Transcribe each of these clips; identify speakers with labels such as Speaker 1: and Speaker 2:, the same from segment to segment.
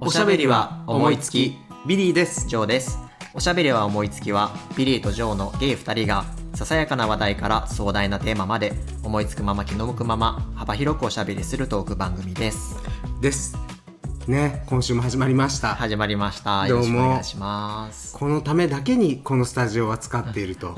Speaker 1: おしゃべりは思いつき
Speaker 2: ビリーです
Speaker 1: ジョーですおしゃべりは思いつきはビリーとジョーのゲイ2人がささやかな話題から壮大なテーマまで思いつくまま気の向くまま幅広くおしゃべりするトーク番組です
Speaker 2: ですね今週も始まりました、
Speaker 1: 始まりました
Speaker 2: ど
Speaker 1: よ
Speaker 2: う
Speaker 1: ろし
Speaker 2: も
Speaker 1: くお願いします
Speaker 2: このためだけにこのスタジオは使ってい ると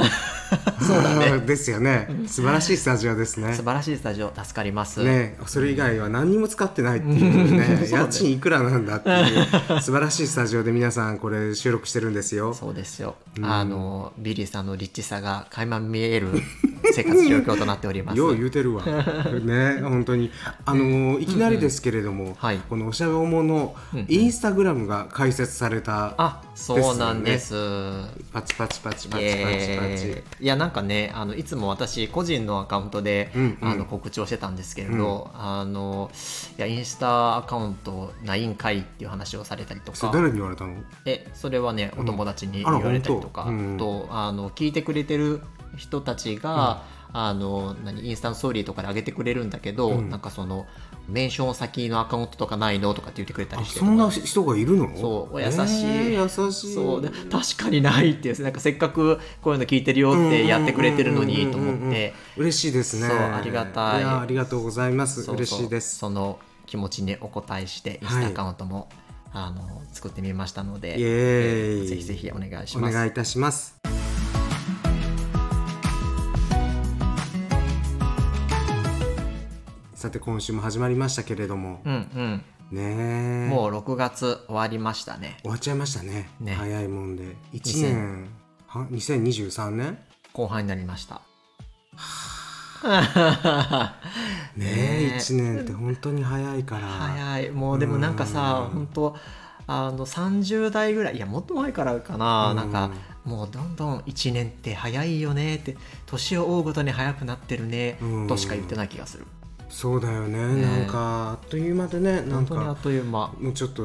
Speaker 2: そうだねですよね素晴らしいスタジオですね
Speaker 1: 素晴らしいスタジオ助かります、
Speaker 2: ねそれ以外は何にも使ってないっていう ね家賃いくらなんだっていう素晴らしいスタジオで皆さんこれ収録してるんですよ
Speaker 1: そうですよ、あのビリーさんのリッチさが垣間見える生活状況となっております
Speaker 2: よう言う てるわね本当にあのいきなりですけれども、
Speaker 1: はい
Speaker 2: このおしゃべおものインスタグラムが開設された、
Speaker 1: あそうなんで
Speaker 2: です
Speaker 1: す
Speaker 2: パチパチパチパチ
Speaker 1: イ
Speaker 2: パチパチ
Speaker 1: エーイいやなんかねあのいつも私個人のアカウントで、
Speaker 2: うんうん
Speaker 1: あの告知をしてたんですけれど、あのいやインスタアカウントないんかいっていう話をされたりと
Speaker 2: それ
Speaker 1: か
Speaker 2: 誰に言われたの
Speaker 1: えそれはねお友達に
Speaker 2: あら
Speaker 1: 言われたりとか、
Speaker 2: 本当
Speaker 1: とあの聞いてくれてる人たちが、あの何インスタントストーリーとかで上げてくれるんだけど、
Speaker 2: うん
Speaker 1: なんかそのメンション先のアカウントとかないのとかって言ってくれた
Speaker 2: あ
Speaker 1: りして
Speaker 2: そんな人がいるの
Speaker 1: そうお優しい
Speaker 2: えー優しい
Speaker 1: そうで確かにないっていうなんかせっかくこういうの聞いてるよってやってくれてるのにと思って
Speaker 2: 嬉しいですね
Speaker 1: そうありがたい
Speaker 2: やありがとうございま
Speaker 1: そ
Speaker 2: す
Speaker 1: うそう
Speaker 2: 嬉しいです
Speaker 1: その気持ちにお応えしてインスタアカウントも、あの作ってみましたので
Speaker 2: イエーイ
Speaker 1: ぜひぜひお願いし
Speaker 2: お
Speaker 1: ます
Speaker 2: 願いいたしますさて今週も始まりましたけれども
Speaker 1: う、ん
Speaker 2: ね
Speaker 1: う
Speaker 2: え
Speaker 1: んもう6月終わりましたね
Speaker 2: 終わっちゃいましたね
Speaker 1: ね
Speaker 2: 早いもんで1年は2023年
Speaker 1: 後半になりました
Speaker 2: ね
Speaker 1: ねえ
Speaker 2: え1年って本当に早いから
Speaker 1: 早いもうでもなんかさ
Speaker 2: うん
Speaker 1: 本当あの30代ぐらいいやもっと前からかな、なんかもうどんどん1年って早いよねって年を追うごとに早くなってるね、
Speaker 2: うん
Speaker 1: としか言ってない気がする
Speaker 2: そうだよね
Speaker 1: ね
Speaker 2: なんかあっという間でねな
Speaker 1: 本
Speaker 2: ん
Speaker 1: 当にあ
Speaker 2: か
Speaker 1: っという間
Speaker 2: もうちょっと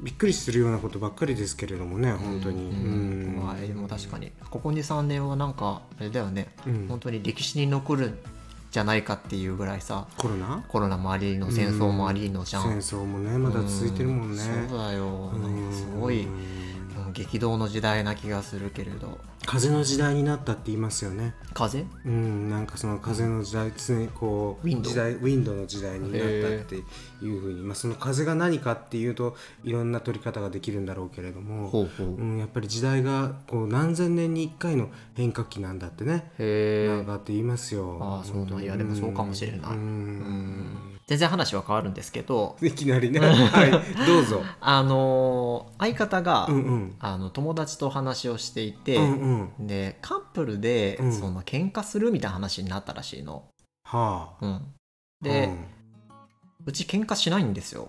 Speaker 2: びっくりするようなことばっかりですけれどもね本当に
Speaker 1: うん
Speaker 2: うん
Speaker 1: まあでも確かにここ23年はなんかあれだよね、
Speaker 2: うん
Speaker 1: 本当に歴史に残るんじゃないかっていうぐらいさ
Speaker 2: コロナ
Speaker 1: コロナもありの戦争もありのじゃん、
Speaker 2: 戦争もねまだ続いてるもんね
Speaker 1: うそうだよなんかすごい、
Speaker 2: うん
Speaker 1: うん激動の時代な気がするけれど
Speaker 2: 風の時代になったって言いますよね
Speaker 1: 風
Speaker 2: うん、なんかその風の時代常にこう
Speaker 1: ウィンドウ
Speaker 2: 時代ウィンドウの時代になったっていうふうに、まあ、その風が何かっていうといろんな取り方ができるんだろうけれども、
Speaker 1: うほう、
Speaker 2: うん、やっぱり時代がこう何千年に一回の変化期なんだってね、
Speaker 1: へ
Speaker 2: な
Speaker 1: え
Speaker 2: んかって言いますよ。
Speaker 1: ああそうなんやでもそうかもしれない
Speaker 2: うん
Speaker 1: 全然話は変わるんですけど
Speaker 2: いきなり ね、はい、どうぞ。
Speaker 1: あのー相方が、
Speaker 2: うんうん
Speaker 1: あの友達と話をしていて、
Speaker 2: うんうん、は
Speaker 1: でカップルで、
Speaker 2: うん
Speaker 1: その喧嘩するみたいな話になったらしいの。
Speaker 2: あ。
Speaker 1: うん、で、う
Speaker 2: うん、
Speaker 1: ち喧嘩しないんですよ。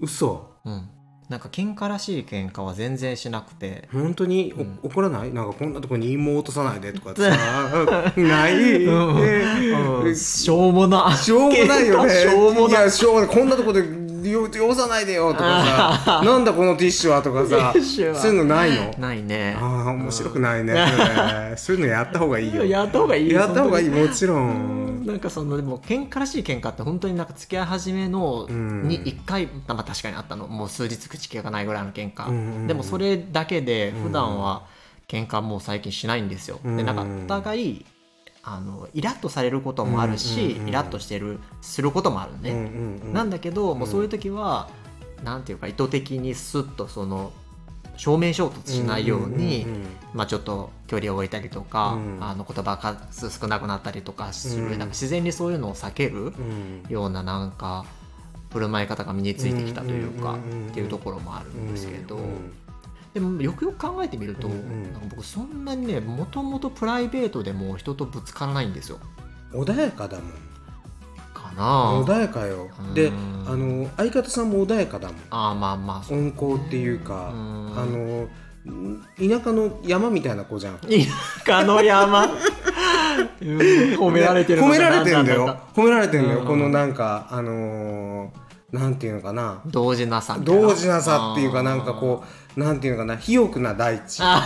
Speaker 2: 嘘
Speaker 1: うん、なんか喧嘩らしい喧嘩は全然しなくて。
Speaker 2: 本当にお
Speaker 1: うん
Speaker 2: 怒らないなんかこんなとこに芋落とさないでとかっ てさない、
Speaker 1: うん
Speaker 2: ね
Speaker 1: しょうもな。
Speaker 2: しょうもないよね
Speaker 1: 喧嘩しょうもない
Speaker 2: やしょうもないこんなとこでよ汚さないでよとか さなんだこのティッシュはとかさ
Speaker 1: ティッシュは
Speaker 2: そういうのないの
Speaker 1: ないね。
Speaker 2: ああ面白くないね そういうのやった方がいいよ
Speaker 1: やった方がいい
Speaker 2: やった方がいい
Speaker 1: い
Speaker 2: もちろ
Speaker 1: うん
Speaker 2: ん
Speaker 1: なんかそのでも喧嘩らしい喧嘩って本当になんか付き合い始めの
Speaker 2: うん
Speaker 1: に1回、まあ、確かにあったのもう数日口利かないぐらいの喧嘩、
Speaker 2: うんうんうん
Speaker 1: でもそれだけで普段は喧嘩もう最近しないんですよ、
Speaker 2: うんう
Speaker 1: で
Speaker 2: ん
Speaker 1: なんかお互いあのイラッとされることもあるし、
Speaker 2: うんうんうん
Speaker 1: イラッとしてるすることもある
Speaker 2: うんう
Speaker 1: ね、
Speaker 2: んうん
Speaker 1: なんだけどもうそういう時は、なんていうか意図的にスッとその正面衝突しないように、
Speaker 2: んんん
Speaker 1: まあ、ちょっと距離を置いたりとか、
Speaker 2: うん
Speaker 1: あの言葉が数少なくなったりとかする、
Speaker 2: うん
Speaker 1: なんか自然にそういうのを避ける
Speaker 2: うん
Speaker 1: ようななんか振る舞い方が身についてきたというか、
Speaker 2: うんうんうんうん
Speaker 1: っていうところもあるんですけど、
Speaker 2: うん
Speaker 1: でもよくよく考えてみると、
Speaker 2: うんうん
Speaker 1: なんか僕そんなにねもともとプライベートでも人とぶつからないんですよ。
Speaker 2: うん穏やかだもん
Speaker 1: かなあ
Speaker 2: 穏やかよ
Speaker 1: うん
Speaker 2: であの相方さんも穏やかだもん
Speaker 1: あーまあまあそう
Speaker 2: 温厚っていうか、
Speaker 1: うん
Speaker 2: あの田舎の山みたいな子じゃん
Speaker 1: 田舎の山うん褒められてる
Speaker 2: ね
Speaker 1: の
Speaker 2: 褒め
Speaker 1: から
Speaker 2: れてん
Speaker 1: な
Speaker 2: だ
Speaker 1: ん
Speaker 2: よ
Speaker 1: か
Speaker 2: 褒められてんだよ、
Speaker 1: うん
Speaker 2: このなんかあのーなんていうのかな
Speaker 1: 同時なさみたいな
Speaker 2: 同時なさっていうかなんかこうなんていうのかな肥沃な大地
Speaker 1: あ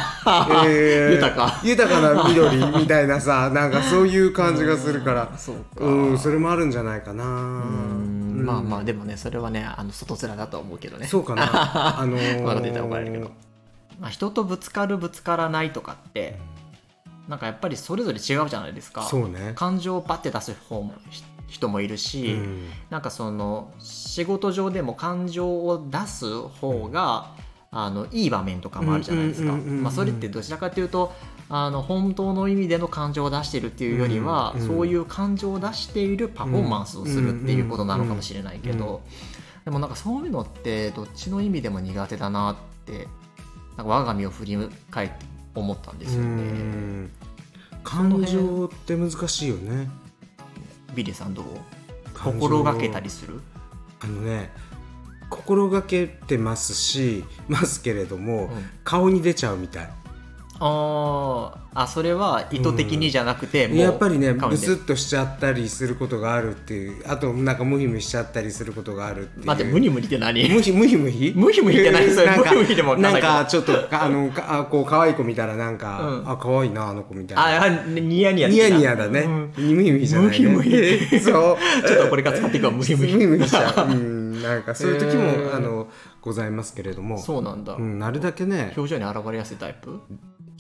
Speaker 1: ー
Speaker 2: えー
Speaker 1: 豊か
Speaker 2: 豊かな緑みたい なさなんかそういう感じがするから
Speaker 1: そうか
Speaker 2: うんそれもあるんじゃないかな
Speaker 1: うんまあまあでもねそれはねあの外面だと思うけどね
Speaker 2: そうかなあのー
Speaker 1: まだ出たら怒られるけどまあ、人とぶつかるぶつからないとかってなんかやっぱりそれぞれ違うじゃないですか
Speaker 2: そうね
Speaker 1: 感情をバッて出す方もひ人もいるし、
Speaker 2: うん
Speaker 1: なんかその仕事上でも感情を出す方が、あのいい場面とかもあるじゃないですか
Speaker 2: うんうんうんうんうん
Speaker 1: まあそれってどちらかというとあの本当の意味での感情を出してるっていうよりは、
Speaker 2: うんうん
Speaker 1: そういう感情を出しているパフォーマンスをするっていうことなのかもしれないけど、
Speaker 2: うんうんうんう
Speaker 1: でもなんかそういうのってどっちの意味でも苦手だなってなんか我が身を振り返って思ったんですよ
Speaker 2: う
Speaker 1: ね。
Speaker 2: ん感情って難しいよね
Speaker 1: ビリーさんどう
Speaker 2: 感情
Speaker 1: 心がけたりする
Speaker 2: あのね心がけてますしますけれど
Speaker 1: う
Speaker 2: も、
Speaker 1: ん
Speaker 2: 顔に出ちゃうみたい
Speaker 1: あーあそれは意図的にじゃなくて、もう
Speaker 2: やっぱりね
Speaker 1: 顔
Speaker 2: ブ
Speaker 1: に
Speaker 2: スッとしちゃったりすることがあるっていうあとなんかムヒムヒしちゃったりすることがあるっていう
Speaker 1: 待ってムニムニって何
Speaker 2: ムヒムヒムヒ
Speaker 1: ムヒムヒって何それ
Speaker 2: なんか
Speaker 1: ムヒムヒでもわかんない
Speaker 2: な
Speaker 1: け
Speaker 2: ん
Speaker 1: ど
Speaker 2: かちょっとかあのかあこう可愛い子見たらなんか、
Speaker 1: うん
Speaker 2: あ可愛いなあの子みたいな
Speaker 1: ああニヤニヤ
Speaker 2: ニヤニヤだ
Speaker 1: う
Speaker 2: ね
Speaker 1: ん、
Speaker 2: ムヒムヒじゃない、ね、
Speaker 1: ムヒムヒ
Speaker 2: そう
Speaker 1: ちょっとこれから使っていくわムヒム
Speaker 2: ムヒ
Speaker 1: ヒ
Speaker 2: ムヒしちゃう、うん、なんかそういう時も、
Speaker 1: へー
Speaker 2: あのございますけれども
Speaker 1: そうなんだ、
Speaker 2: うん、なるだけね
Speaker 1: 表情に現れやすいタイプう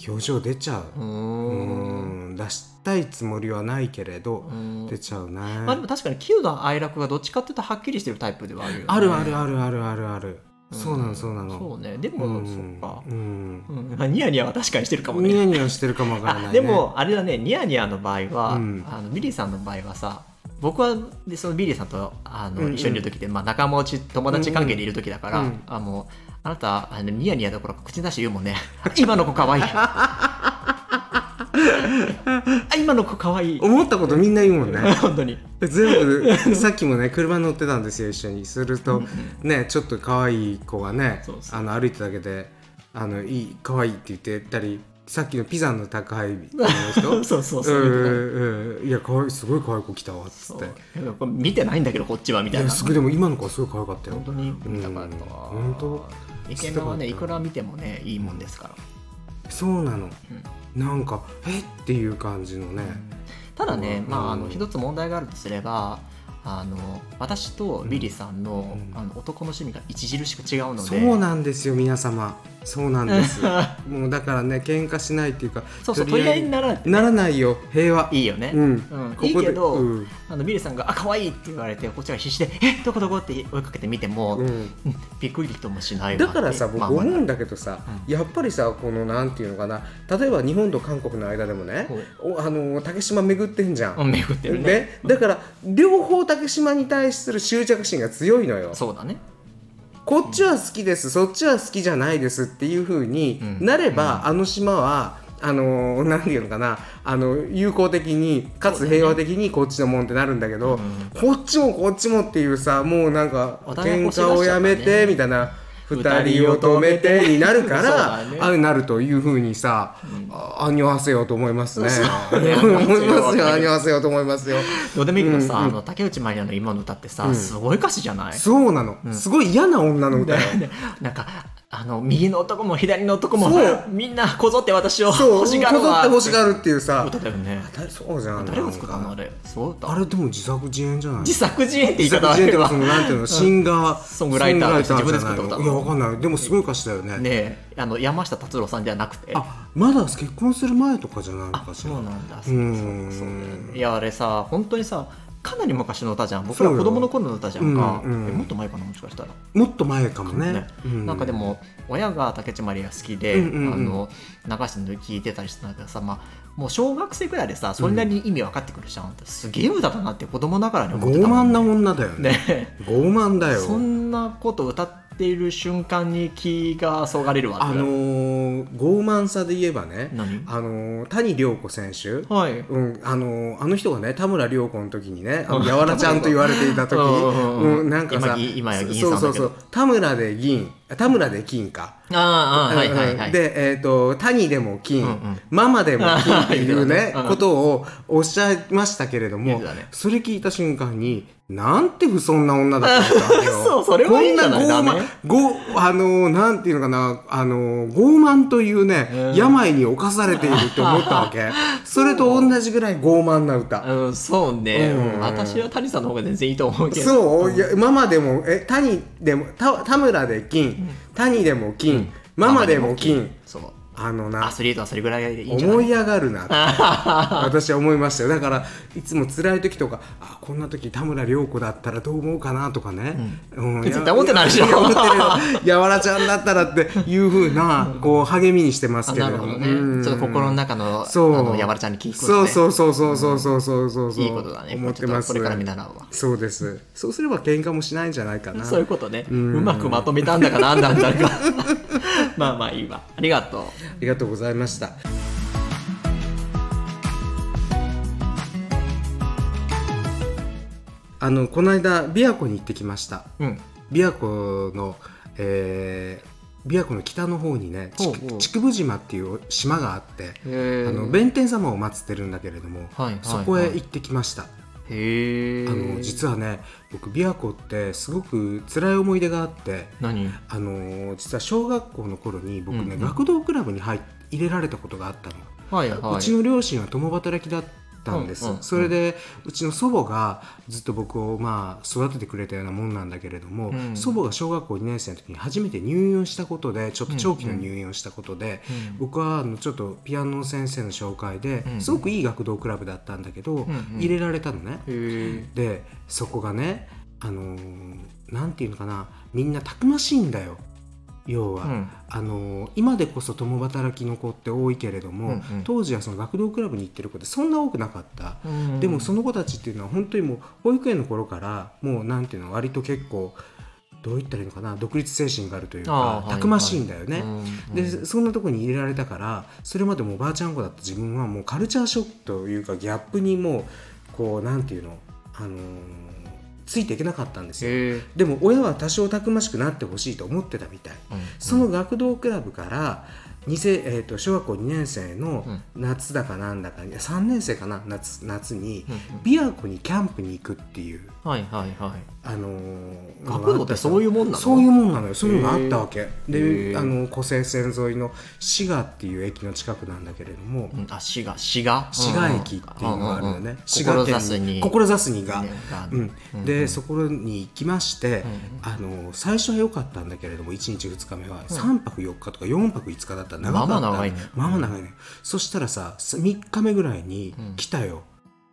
Speaker 2: 表情出ちゃう
Speaker 1: ー
Speaker 2: うんん出したいつもりはないけれど
Speaker 1: ん
Speaker 2: 出ちゃうね、
Speaker 1: まあでも確かに喜怒哀楽がどっちかっていうとはっきりしてるタイプではあるよね
Speaker 2: あるあるあるあるあるある、そうなのそうなの
Speaker 1: そうねでも、
Speaker 2: うん
Speaker 1: そっか
Speaker 2: う、ん
Speaker 1: うんまあニヤニヤは確かにしてるかもね
Speaker 2: ニヤニヤしてるかもわからない、ね、
Speaker 1: あでもあれだねニヤニヤの場合は、
Speaker 2: うん
Speaker 1: あのビリーさんの場合はさ僕はでそのビリーさんとあの、
Speaker 2: うんうん
Speaker 1: 一緒にいる時で、まあ、仲間内友達関係でいる時だから、
Speaker 2: うんうん
Speaker 1: あのあなたあのニヤニヤどころか口出して言うもんね 今の子かわい いあ今の子かわいい
Speaker 2: 思ったことみんな言うもんね
Speaker 1: 本当に
Speaker 2: 全 部さっきもね車乗ってたんですよ一緒にするとねちょっと可愛い子がね
Speaker 1: そうそう
Speaker 2: あの歩いてただけで「あのいい可愛いって言ってたりさっきのピザの宅配便の 人
Speaker 1: そうそうそうう、
Speaker 2: んうんいや可愛いすごい可愛い子来たわ」っつ
Speaker 1: そ
Speaker 2: っ
Speaker 1: う
Speaker 2: て
Speaker 1: でもこれ見てないんだけどこっちはみ
Speaker 2: い
Speaker 1: たい
Speaker 2: や
Speaker 1: な
Speaker 2: すごいでも今の子はすごい可愛かったよ
Speaker 1: 本当に見たかったわ、
Speaker 2: うん本
Speaker 1: イケメンはね
Speaker 2: す
Speaker 1: い
Speaker 2: ご
Speaker 1: く
Speaker 2: かった
Speaker 1: ら見てもねいいもんですから、
Speaker 2: そうなの、なんかえっていう感じのね、
Speaker 1: ただね、
Speaker 2: うん
Speaker 1: まあ、あ
Speaker 2: う
Speaker 1: の
Speaker 2: ん
Speaker 1: 一つ問題があるとすればあの私とビリーさんの,、
Speaker 2: うん
Speaker 1: あの男の趣味が著しく違うので
Speaker 2: そうなんですよ皆様そうなんですもうだからね喧嘩しないっていうか
Speaker 1: そうそう取り合いに
Speaker 2: な
Speaker 1: ならない
Speaker 2: ならないよ平和
Speaker 1: いいよね、
Speaker 2: うん
Speaker 1: いいけど、
Speaker 2: うん
Speaker 1: あのビリーさんが「あ可愛いって言われてこっちが必死で「えどこどこ?」って追いかけてみても、
Speaker 2: うん
Speaker 1: うんびっくりともしないわ
Speaker 2: だからさ
Speaker 1: って
Speaker 2: 僕
Speaker 1: まあ
Speaker 2: 思
Speaker 1: まあ
Speaker 2: うんだけどさ、やっぱりさこのなんていうのかな例えば日本と韓国の間でもねおあの竹島巡ってんじゃ、
Speaker 1: うんん巡ってるね
Speaker 2: ね、だから両方竹島に対する執着心が強いのよ
Speaker 1: そうだね
Speaker 2: こっちは好きです、そっちは好きじゃないですっていう風に
Speaker 1: うん
Speaker 2: なれば、あの島はあのーなんていうのかなあの友好的にかつ平和的にこっちのもんってなるんだけど、こっちもこっちもっていうさもうなんか
Speaker 1: お互い
Speaker 2: 喧
Speaker 1: 欲しがっちゃう
Speaker 2: 嘩を
Speaker 1: から
Speaker 2: や
Speaker 1: ね
Speaker 2: めてみたいな二人を止めてになる
Speaker 1: そう
Speaker 2: から、
Speaker 1: だね
Speaker 2: ああなるという風にさ、ああにょはせよと思いますね。
Speaker 1: そう
Speaker 2: 思
Speaker 1: ね
Speaker 2: いますよあにょはせよと思いますよ。
Speaker 1: どうでもいいけどさ、
Speaker 2: うんうん
Speaker 1: あの竹内まりやの今の歌ってさ、すごい歌詞じゃない
Speaker 2: そうなの、すごい嫌な女の歌よ。
Speaker 1: でなんかあの右の男も左の男も
Speaker 2: そう
Speaker 1: みんなこぞって私を
Speaker 2: そう、こ
Speaker 1: 欲し
Speaker 2: ぞって
Speaker 1: がるわ
Speaker 2: 欲しがるっていうさ、
Speaker 1: 歌だよね
Speaker 2: だそうじゃん。
Speaker 1: 誰が作ったの
Speaker 2: な
Speaker 1: あ
Speaker 2: んか
Speaker 1: れそう歌
Speaker 2: あれでも自作自演じゃない
Speaker 1: 自作自演って言い
Speaker 2: 自
Speaker 1: 方あ
Speaker 2: 作自演って
Speaker 1: る
Speaker 2: いうか
Speaker 1: わ
Speaker 2: そのなんていうのシンガー
Speaker 1: ソングライターとして
Speaker 2: ソングライターじゃ
Speaker 1: 自分で作った
Speaker 2: な
Speaker 1: 歌
Speaker 2: いのいやわかんないでもすごい歌詞だよね
Speaker 1: ねえあの山下達郎さんではなくて
Speaker 2: あまだ結婚する前とかじゃないのかし
Speaker 1: そ
Speaker 2: ら
Speaker 1: うなんだ
Speaker 2: うーん
Speaker 1: そうそうだよねいやあれさ本当にさかなり昔の歌じゃん僕ら子供の頃の歌じゃんか、
Speaker 2: そうようんうん
Speaker 1: えもっと前かなもしかしたら
Speaker 2: もっと前かもね
Speaker 1: ね
Speaker 2: うん
Speaker 1: なんかでも親が竹内まりや好きで、
Speaker 2: うんうんうん
Speaker 1: あの流してるの聞いてたりしたんだけどさ、まあ、もう小学生ぐらいでさそれなりに意味分かってくるじゃん、すげえ歌だなって子供ながらに思って
Speaker 2: 傲
Speaker 1: たも
Speaker 2: 慢
Speaker 1: ん
Speaker 2: な女だよね
Speaker 1: ね
Speaker 2: 傲慢だよ
Speaker 1: そんなこと歌っている瞬間に気がそがれるわ
Speaker 2: あのー傲慢さで言えばね
Speaker 1: 何
Speaker 2: あのー谷亮子選手
Speaker 1: はい、うん
Speaker 2: うん、あのーあの人がね田村涼子の時にねあの やわらちゃんと言われていた時、
Speaker 1: うん
Speaker 2: うん、なんかさ
Speaker 1: 今ぎ今や議員
Speaker 2: そ
Speaker 1: さ
Speaker 2: う
Speaker 1: だ
Speaker 2: んそう
Speaker 1: け
Speaker 2: そ
Speaker 1: ど
Speaker 2: う田村で議員田村で金か。
Speaker 1: ああ、はいはいはい。
Speaker 2: で、えっ、と、谷でも金、
Speaker 1: うんうん、
Speaker 2: ママでも金っていうね
Speaker 1: うん
Speaker 2: ことをおっしゃいましたけれど
Speaker 1: 言っ
Speaker 2: も、
Speaker 1: てたね
Speaker 2: それ聞いた瞬間に、なんて不遜な女だったんだよ。
Speaker 1: そうそれはいいんじゃない
Speaker 2: こん
Speaker 1: ダ
Speaker 2: な傲慢
Speaker 1: メ、
Speaker 2: ご、あのー、なんていうのかな、あのー、傲慢というね、
Speaker 1: うん
Speaker 2: 病に侵されているって思ったわ け。それと同じぐらい傲慢な歌。
Speaker 1: うん、そうね、
Speaker 2: うん
Speaker 1: 私は谷さんの方が全然いいと思うけど。
Speaker 2: そう、いやママでもえ谷でもた田村で金谷でも金、ママでも金
Speaker 1: そう。
Speaker 2: あの
Speaker 1: ア
Speaker 2: な
Speaker 1: スリートはそれぐらいがいいんじゃない
Speaker 2: 思い上がるなって私は思いましたよだからいつも辛い時とかあこんな時田村涼子だったらどう思うかなとかね、うん
Speaker 1: 絶対思ってないでしょ
Speaker 2: や思ってるよやわらちゃんだったらっていうふうなこう励みにしてます
Speaker 1: あ
Speaker 2: けれ
Speaker 1: な
Speaker 2: ど
Speaker 1: るほど
Speaker 2: う
Speaker 1: ね。
Speaker 2: ん
Speaker 1: ちょっと心の中の、
Speaker 2: そう
Speaker 1: あの、やばらちゃんに聞くこと
Speaker 2: そう
Speaker 1: ね。
Speaker 2: そうそうそうそうそうそうそうそう
Speaker 1: いいことだね。
Speaker 2: 思ってます
Speaker 1: ちょっとこれから見習うわ。
Speaker 2: そうですそうすれば喧嘩もしないんじゃないかな
Speaker 1: そういうことね。うんまくまとめたんだかなんなんだか。 まあまあいいわ。ありがとう。
Speaker 2: ありがとうございました。あのこの間琵琶湖に行ってきました。
Speaker 1: うん。
Speaker 2: 琵琶湖の、えー琵琶湖の北の方にね、ち
Speaker 1: ほうほう
Speaker 2: 竹生島っていう島があって、
Speaker 1: へ
Speaker 2: あの弁天様を祀ってるんだけれども、
Speaker 1: はいはい
Speaker 2: そこへ行ってきました。
Speaker 1: へえ。
Speaker 2: あの実はね、僕琵琶湖ってすごく辛い思い出があって。
Speaker 1: 何
Speaker 2: あのー実は小学校の頃に僕ね、
Speaker 1: うんうん
Speaker 2: 学童クラブに入っ入れられたことがあったの、
Speaker 1: はいは
Speaker 2: う
Speaker 1: い
Speaker 2: ち。の両親は共働きだったんです、
Speaker 1: うんうんうん
Speaker 2: それでうちの祖母がずっと僕をまあ育ててくれたようなもんなんだけれども、
Speaker 1: うん
Speaker 2: 祖母が小学校2年生の時に初めて入院をしたことでちょっと長期の入院をしたことで、
Speaker 1: うん
Speaker 2: 僕はあのちょっとピアノの先生の紹介で、
Speaker 1: うん
Speaker 2: すごくいい学童クラブだったんだけど、
Speaker 1: んうん
Speaker 2: 入れられたのね、
Speaker 1: へえ。
Speaker 2: でそこがねあのーなんていうのかなみんなたくましいんだよ要は、
Speaker 1: うん
Speaker 2: あのー今でこそ共働きの子って多いけれども、
Speaker 1: うんうん
Speaker 2: 当時はその学童クラブに行ってる子ってそんな多くなかった、
Speaker 1: うん
Speaker 2: でもその子たちっていうのは本当にもう保育園の頃からもうなんていうの割と結構どう言ったらいいのかな独立精神があるという
Speaker 1: あ
Speaker 2: か
Speaker 1: ー
Speaker 2: たくましいんだよね。
Speaker 1: うん
Speaker 2: でそんなとこに入れられたからそれまでもおばあちゃん子だった自分はもうカルチャーショックというかギャップにもうこうなんていうの、あのーついていけなかったんですよ
Speaker 1: へえ。
Speaker 2: でも親は多少たくましくなってほしいと思ってたみたいその学童クラブから二世、えー、と小学校2年生の夏だかなんだかに3年生かな夏夏に
Speaker 1: うん
Speaker 2: 琵琶湖にキャンプに行くっていう、
Speaker 1: はいはいはい。
Speaker 2: あのー
Speaker 1: 学童ってそういうもんなの
Speaker 2: そういうもんなのよそういうのがあったわけ
Speaker 1: へ
Speaker 2: で
Speaker 1: ー
Speaker 2: あの湖西線沿いの滋賀っていう駅の近くなんだけれども、
Speaker 1: うんあ、滋賀、滋賀
Speaker 2: 滋賀駅っていうのがあるよ
Speaker 1: うんうんうん
Speaker 2: ね滋賀
Speaker 1: 志すに。
Speaker 2: 志すにが
Speaker 1: ねが
Speaker 2: うん
Speaker 1: うん
Speaker 2: で、
Speaker 1: うん
Speaker 2: そこに行きまして、あの最初は良かったんだけれども1日2日目は3泊4日とか4泊5日だったら長かった
Speaker 1: まあまあ長いね
Speaker 2: まあまあ長いねそしたらさ3日目ぐらいに来たよ、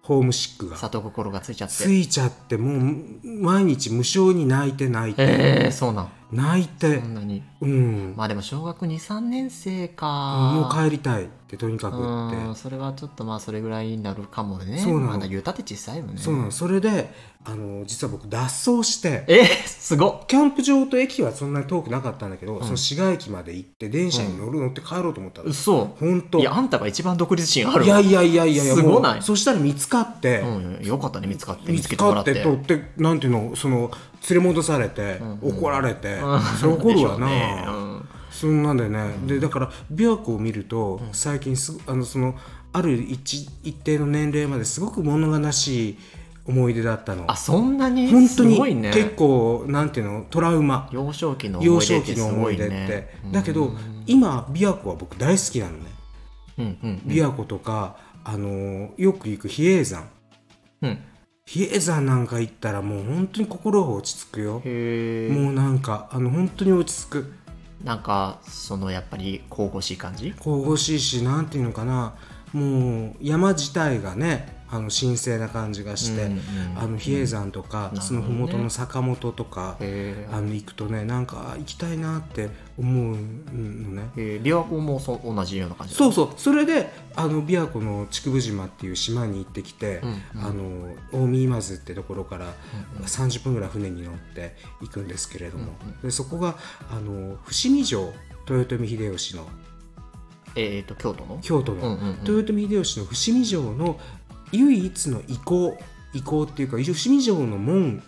Speaker 2: ホームシックが
Speaker 1: 里心がついちゃって。
Speaker 2: ついちゃってもう毎日無性に泣いて泣いて、
Speaker 1: ええ、そうなん。
Speaker 2: 泣いて
Speaker 1: そんなに。
Speaker 2: うん、
Speaker 1: まあでも小学2、3年生か。
Speaker 2: もう帰りたいってとにかく
Speaker 1: う
Speaker 2: 言
Speaker 1: ん
Speaker 2: っ
Speaker 1: それはちょっとまあそれぐらいになるかもね
Speaker 2: そうなの
Speaker 1: まだ言うたって小さいよね
Speaker 2: てそうなのそれであの実は僕脱走して
Speaker 1: えすごっ
Speaker 2: キャンプ場と駅はそんなに遠くなかったんだけど、その市街駅まで行って電車に乗る乗って帰ろうと思ったの、
Speaker 1: 嘘
Speaker 2: 本当
Speaker 1: いやあんたが一番独立心ある
Speaker 2: いやいやいやいやや
Speaker 1: すごない
Speaker 2: もうそしたら見つかって、
Speaker 1: うん、よかったね見つかって
Speaker 2: 見
Speaker 1: 見つ
Speaker 2: つ
Speaker 1: けてもら
Speaker 2: か
Speaker 1: っ
Speaker 2: ってて取ってなんていうのその連れ戻されて、怒られて、それ怒るわな、
Speaker 1: でしょうねうん
Speaker 2: そんなんでね、でだから琵琶湖を見ると、最近すごあのそのある一一定の年齢まですごく物悲しい思い出だったの
Speaker 1: あそんなに
Speaker 2: 本当
Speaker 1: すごい
Speaker 2: に、
Speaker 1: ね
Speaker 2: 結構なんていうのトラウマ
Speaker 1: 幼少期の
Speaker 2: 幼
Speaker 1: 思い出
Speaker 2: 少
Speaker 1: っ
Speaker 2: 期
Speaker 1: て
Speaker 2: の
Speaker 1: す
Speaker 2: 思
Speaker 1: ご
Speaker 2: い
Speaker 1: い
Speaker 2: 出
Speaker 1: ね
Speaker 2: って、だけど、今琵琶湖は僕大好きなのね
Speaker 1: うんうん
Speaker 2: 琵琶湖とか、あのよく行く比叡山
Speaker 1: うんうん
Speaker 2: 比叡山なんか行ったらもう本当に心が落ち着くよ
Speaker 1: へえ
Speaker 2: もうなんかあの本当に落ち着く
Speaker 1: なんかそのやっぱり神々しい感じ
Speaker 2: 神々しいしなんていうのかなもう山自体がねあの神聖な感じがして、
Speaker 1: うんうん
Speaker 2: あの比叡山とか、
Speaker 1: うん
Speaker 2: その麓の坂本とか、
Speaker 1: へ
Speaker 2: あの行くとねなんかあ行きたいなって思うのね
Speaker 1: え琵琶湖もそう同じような感じ
Speaker 2: そうそうそれであの琵琶湖の竹生島っていう島に行ってきて、
Speaker 1: うん
Speaker 2: あの近江今津ってところから30分ぐらい船に乗って行くんですけれども、でそこがあの伏見城豊臣秀吉の
Speaker 1: えっと京都の
Speaker 2: 京都
Speaker 1: うん
Speaker 2: の、
Speaker 1: うんうん
Speaker 2: 豊臣秀吉の伏見城の唯一の遺構遺構っていうか伏見城の門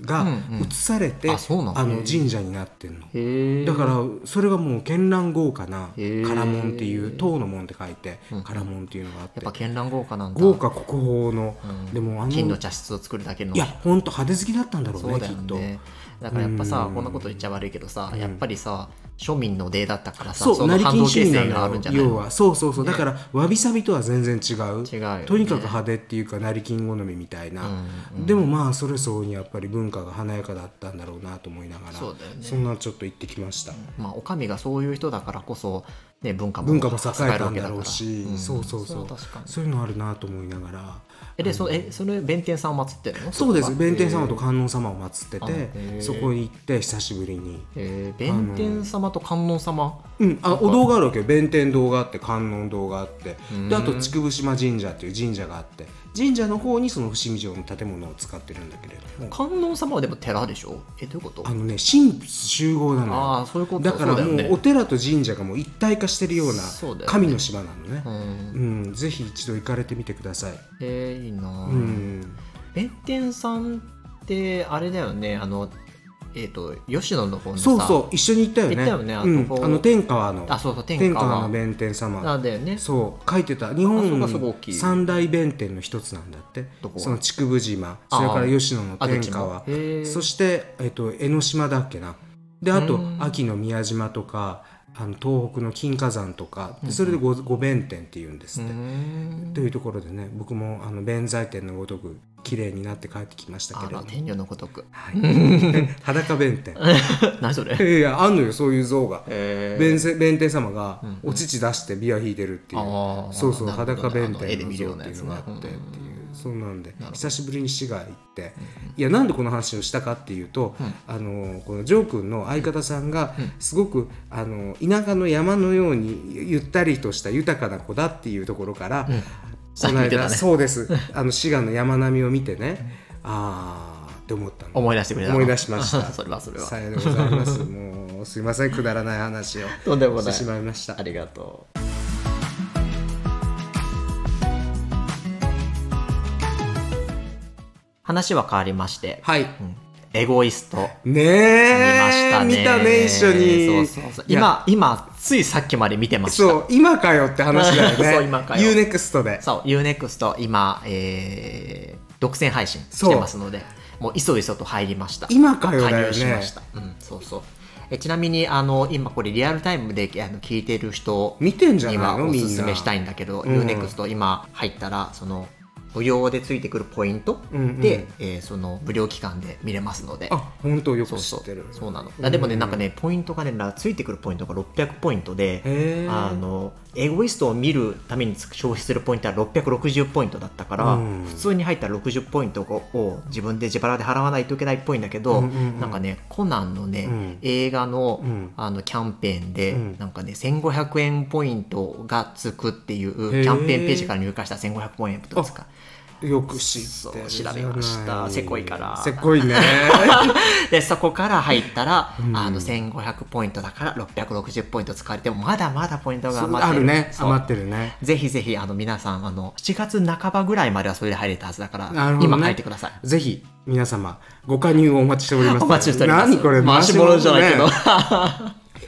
Speaker 2: が
Speaker 1: うんうん
Speaker 2: 移されて、
Speaker 1: あそうなんだ
Speaker 2: あの神社になってんの。
Speaker 1: へえ
Speaker 2: だからそれがもう絢爛豪華な
Speaker 1: へー
Speaker 2: 唐門っていう唐の門って書いて
Speaker 1: うん
Speaker 2: 唐門っていうのがあって
Speaker 1: やっぱ絢爛豪華なんだ
Speaker 2: 豪華国宝の
Speaker 1: うん
Speaker 2: でもあの
Speaker 1: 金の茶室を作るだけの
Speaker 2: いやほんと派手好きだったんだろう
Speaker 1: そう
Speaker 2: ね
Speaker 1: だ
Speaker 2: き
Speaker 1: よ
Speaker 2: っと
Speaker 1: ねだからやっぱさ
Speaker 2: うん
Speaker 1: こんなこと言っちゃ悪いけどさ
Speaker 2: うん
Speaker 1: やっぱりさ庶民の出だったからさ
Speaker 2: そう
Speaker 1: の
Speaker 2: 成
Speaker 1: 反
Speaker 2: 金
Speaker 1: 動
Speaker 2: 趣
Speaker 1: 形
Speaker 2: 味な
Speaker 1: 成
Speaker 2: ん
Speaker 1: があ
Speaker 2: だ
Speaker 1: るんじゃない
Speaker 2: 要はそうそうそう
Speaker 1: ね
Speaker 2: だからわびさびとは全然違う
Speaker 1: 違うよね
Speaker 2: とにかく派手っていうか成金好みみたいな
Speaker 1: うんうん
Speaker 2: でもまあそれ相応にやっぱり文化が華やかだったんだろうなと思いながら
Speaker 1: そうだよね
Speaker 2: そんなちょっと行ってきました
Speaker 1: まあお上がそういう人だからこそね文化も
Speaker 2: 文化も栄えたんだろうし
Speaker 1: 栄えるわけだからん
Speaker 2: そうそうそう
Speaker 1: れは確かに
Speaker 2: そういうのあるなと思いながら
Speaker 1: えでそえそれ弁天さんを祀ってるの
Speaker 2: そうです
Speaker 1: こは
Speaker 2: 弁天様と観音様を祀って
Speaker 1: あへー
Speaker 2: てそこに行って久しぶりに
Speaker 1: えー弁天様と観音様
Speaker 2: うん、あお堂があるわけよ弁天堂があって観音堂があって
Speaker 1: うん
Speaker 2: であと竹生島神社っていう神社があって神社の方にその伏見城の建物を使ってるんだけれども
Speaker 1: 観音様はでも寺でしょえどういうこと
Speaker 2: あのね神仏集合なのよ
Speaker 1: ああそういうこと
Speaker 2: だから
Speaker 1: そう
Speaker 2: も
Speaker 1: だよ
Speaker 2: うお寺と神社がもう一体化してるような
Speaker 1: そうだよね
Speaker 2: 神の島なのね
Speaker 1: ねうん
Speaker 2: うん、ぜひ一度行かれてみてください、
Speaker 1: えーいいなあ
Speaker 2: うん、
Speaker 1: 弁天さんってあれだよねあのえっ、と吉野の方のさ
Speaker 2: そうそう一緒に行ったよね
Speaker 1: 行ったよねあ
Speaker 2: あ
Speaker 1: の
Speaker 2: の,、
Speaker 1: こ
Speaker 2: う、
Speaker 1: うん
Speaker 2: あの天川の
Speaker 1: あそうそう天
Speaker 2: 天
Speaker 1: 下
Speaker 2: 川の
Speaker 1: は
Speaker 2: 弁天様
Speaker 1: なんだよね
Speaker 2: そう書いてた日
Speaker 1: あそこ
Speaker 2: 本
Speaker 1: がすごい大きい
Speaker 2: 三大弁天の一つなんだって
Speaker 1: どこ
Speaker 2: その竹生島
Speaker 1: あー
Speaker 2: それから吉野の
Speaker 1: あどっ
Speaker 2: 天
Speaker 1: ちも
Speaker 2: 川
Speaker 1: へえ
Speaker 2: そして、えっと、江ノ島だっけなであ
Speaker 1: う
Speaker 2: と
Speaker 1: ん
Speaker 2: 秋の宮島とかあの東北の金華山とかでそれでごご弁天っていうんです
Speaker 1: う
Speaker 2: っ
Speaker 1: ー
Speaker 2: て。
Speaker 1: ん
Speaker 2: というところでね僕もあの弁財天のごとく綺麗になって帰ってきましたけ
Speaker 1: あ
Speaker 2: れど
Speaker 1: ら
Speaker 2: も、
Speaker 1: 天女のごとく
Speaker 2: はい、 裸弁天
Speaker 1: 何それ
Speaker 2: いやいやあんのよそういう像が
Speaker 1: え
Speaker 2: 弁せ弁天様が
Speaker 1: ん
Speaker 2: お乳出してビア引いてるっていう、
Speaker 1: あー
Speaker 2: そうそう
Speaker 1: なるほど
Speaker 2: 裸弁
Speaker 1: あの絵
Speaker 2: 天
Speaker 1: で
Speaker 2: の
Speaker 1: 見るよう
Speaker 2: 像っ
Speaker 1: な
Speaker 2: て
Speaker 1: や
Speaker 2: い
Speaker 1: つ
Speaker 2: う
Speaker 1: ね
Speaker 2: のがあってっていうそうなんで
Speaker 1: ほど
Speaker 2: 久しぶりに滋賀行っていやなんでこの話をしたかっていうと、あのこのジョー君の相方さんがすごくあの田舎の山のようにゆったりとした豊かな子だっていうところから、
Speaker 1: さっき言ってたね
Speaker 2: そ うですあの滋賀の山並みを見てねああって思ったの。
Speaker 1: 思い出してくれたの
Speaker 2: 思い出しました
Speaker 1: それはそれは
Speaker 2: さようでございますもうすいませんくだらない話を
Speaker 1: とんでもない
Speaker 2: してしまいました
Speaker 1: ありがとう話は変わりまして、
Speaker 2: はい
Speaker 1: うんエゴイスト
Speaker 2: ね
Speaker 1: 見ました
Speaker 2: え
Speaker 1: ね
Speaker 2: 見たね一緒に
Speaker 1: そうそうそう
Speaker 2: いや
Speaker 1: 今今ついさっきまで見てました
Speaker 2: そう今かよって話だよね
Speaker 1: そう今かよ
Speaker 2: UNEXT で
Speaker 1: そう UNEXT 今、えー独占配信してますのでもういそいそと入りました
Speaker 2: 今かよ
Speaker 1: 加
Speaker 2: だよ
Speaker 1: 入しま
Speaker 2: ね
Speaker 1: した、うん、そうそうえちなみにあの今これリアルタイムであの聞いてる人
Speaker 2: 見てんじゃ
Speaker 1: に
Speaker 2: ない
Speaker 1: は
Speaker 2: の
Speaker 1: お
Speaker 2: み
Speaker 1: す
Speaker 2: ん
Speaker 1: す
Speaker 2: な
Speaker 1: めしたいんだけど、
Speaker 2: うん
Speaker 1: UNEXT 今入ったらその無料でついてくるポイントで、
Speaker 2: うんうん
Speaker 1: えーその無料期間で見れますので
Speaker 2: あ本当よ
Speaker 1: そ
Speaker 2: く
Speaker 1: う
Speaker 2: 知
Speaker 1: そ
Speaker 2: ってる
Speaker 1: うそうなのあでもねなんかねポイントがねなついてくるポイントが600ポイントで
Speaker 2: へえ
Speaker 1: あのエゴイストを見るために消費するポイントは660ポイントだったから、
Speaker 2: うん
Speaker 1: 普通に入ったら60ポイントをを自分で自腹で払わないといけないっぽいんだけど、
Speaker 2: うんうんうん
Speaker 1: なんかねコナンのね、
Speaker 2: うん
Speaker 1: 映画の,、
Speaker 2: うん
Speaker 1: あのキャンペーンで、
Speaker 2: うん
Speaker 1: なんかね1500円ポイントがつくっていう
Speaker 2: へえ
Speaker 1: キャンペーンページから入荷した1500ポイントですか
Speaker 2: よく知ってるじゃない
Speaker 1: そう調べましたせこいから
Speaker 2: せこいね
Speaker 1: でそこから入ったら、
Speaker 2: うん
Speaker 1: あの1500ポイントだから660ポイント使われてもまだまだポイントが余っ
Speaker 2: あ
Speaker 1: てる
Speaker 2: るね
Speaker 1: そう
Speaker 2: 余ってるね
Speaker 1: ぜひぜひあの皆さんあの7月半ばぐらいまではそれで入れたはずだから、
Speaker 2: なるほどね
Speaker 1: 今入ってください。
Speaker 2: ぜひ皆様ご加入をお待ちしております
Speaker 1: お待ちしております。
Speaker 2: 何これ
Speaker 1: 回し物じゃないけど。
Speaker 2: ね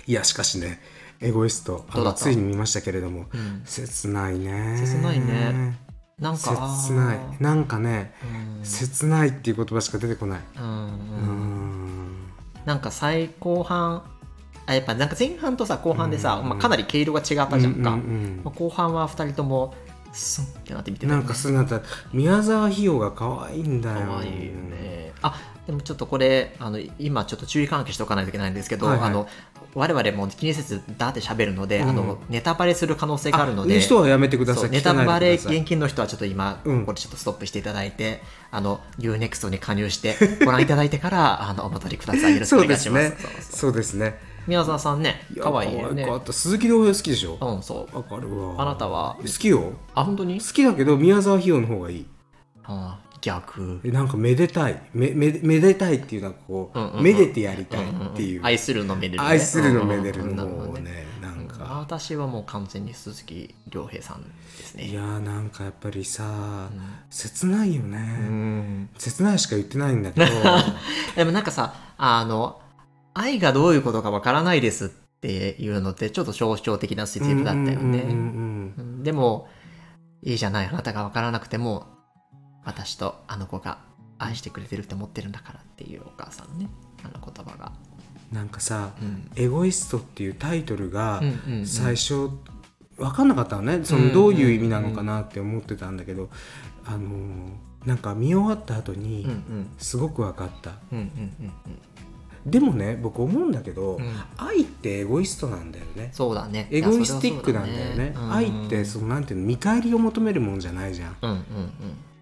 Speaker 2: いやしかしねエゴイストあ
Speaker 1: どうだ
Speaker 2: の
Speaker 1: った
Speaker 2: ついに見ましたけれども、
Speaker 1: ん
Speaker 2: 切ないね
Speaker 1: 切ないねなんかあー
Speaker 2: 切ないなんかね
Speaker 1: うん
Speaker 2: 切ないっていう言葉しか出てこない
Speaker 1: うん
Speaker 2: う
Speaker 1: うん
Speaker 2: ん
Speaker 1: なんか最後半あやっぱなんか前半とさ後半でさ、
Speaker 2: うん
Speaker 1: まあ、かなり毛色が違ったじゃんか、
Speaker 2: うんうん
Speaker 1: まあ後半は2人ともスンってなって見て
Speaker 2: うん
Speaker 1: たよね
Speaker 2: なんかすなった宮沢ひよが可愛いんだよ
Speaker 1: 可愛いよね。あでもちょっとこれあの今ちょっと注意喚起しておかないといけないんですけど、
Speaker 2: はいはい
Speaker 1: あの我々も気にせずだって喋るので、
Speaker 2: うん
Speaker 1: あのネタバレする可能性があるの
Speaker 2: あ
Speaker 1: で。
Speaker 2: 人はやめてくだ
Speaker 1: そ
Speaker 2: さ
Speaker 1: う
Speaker 2: い
Speaker 1: ネタバレ厳
Speaker 2: 気
Speaker 1: 禁の人はちょっと今、
Speaker 2: うん
Speaker 1: ここでちょっとストップしていただいてあの UNEXT に加入してご覧いただいてから あのお戻りくださいよろしくお
Speaker 2: そ
Speaker 1: 願
Speaker 2: うで
Speaker 1: いし
Speaker 2: す
Speaker 1: ますそ
Speaker 2: ね
Speaker 1: うそう
Speaker 2: そうですね
Speaker 1: 宮沢さんね
Speaker 2: いや
Speaker 1: 可愛いよね
Speaker 2: 可愛かった鈴木亮平好きでしょ
Speaker 1: うんそう
Speaker 2: わかるわ
Speaker 1: あなたは
Speaker 2: 好きよ
Speaker 1: あ本当に
Speaker 2: 好きだけど宮沢ひよの方がいい
Speaker 1: あ逆
Speaker 2: えなんかめでたいめめでめでたいっていうのはこう,、
Speaker 1: うんうんうん
Speaker 2: めでてやりたいっていう,、
Speaker 1: 愛するのめでる、ね、
Speaker 2: 愛する
Speaker 1: うん
Speaker 2: の
Speaker 1: うん
Speaker 2: め
Speaker 1: うん
Speaker 2: でる
Speaker 1: な
Speaker 2: の
Speaker 1: ほど
Speaker 2: もう
Speaker 1: ね
Speaker 2: ねなんか、
Speaker 1: 私はもう完全に鈴木亮平さんですね
Speaker 2: いやーなんかやっぱりさ、
Speaker 1: うん
Speaker 2: 切ないよね、
Speaker 1: うん
Speaker 2: 切ないしか言ってない んだけど
Speaker 1: でもなんかさあの愛がどういうことかわからないですっていうのってちょっと象徴的なセリフだったよ
Speaker 2: うんうんうん
Speaker 1: ね
Speaker 2: うん
Speaker 1: うんでもいいじゃないあなたがわからなくても私とあの子が愛してくれてるって思ってるんだからっていうお母さんのねあの言葉が、
Speaker 2: なんかさ
Speaker 1: うん
Speaker 2: 「エゴイスト」っていうタイトルが
Speaker 1: うんうん
Speaker 2: 最初分かんなかったのねそのどういう意味なのかなって思ってたんだけどあのーなんか見終わった後
Speaker 1: うんう
Speaker 2: に
Speaker 1: ん
Speaker 2: すごく分かった
Speaker 1: うんうんうんうん
Speaker 2: でもね僕思うんだけど
Speaker 1: うん
Speaker 2: 愛ってエゴイストなんだよね
Speaker 1: そうだね。
Speaker 2: エゴイスティックなんだよね
Speaker 1: いやそれはそうだ
Speaker 2: 愛ってそのなんていうの見返りを求めるもんじゃないじゃん
Speaker 1: うんうん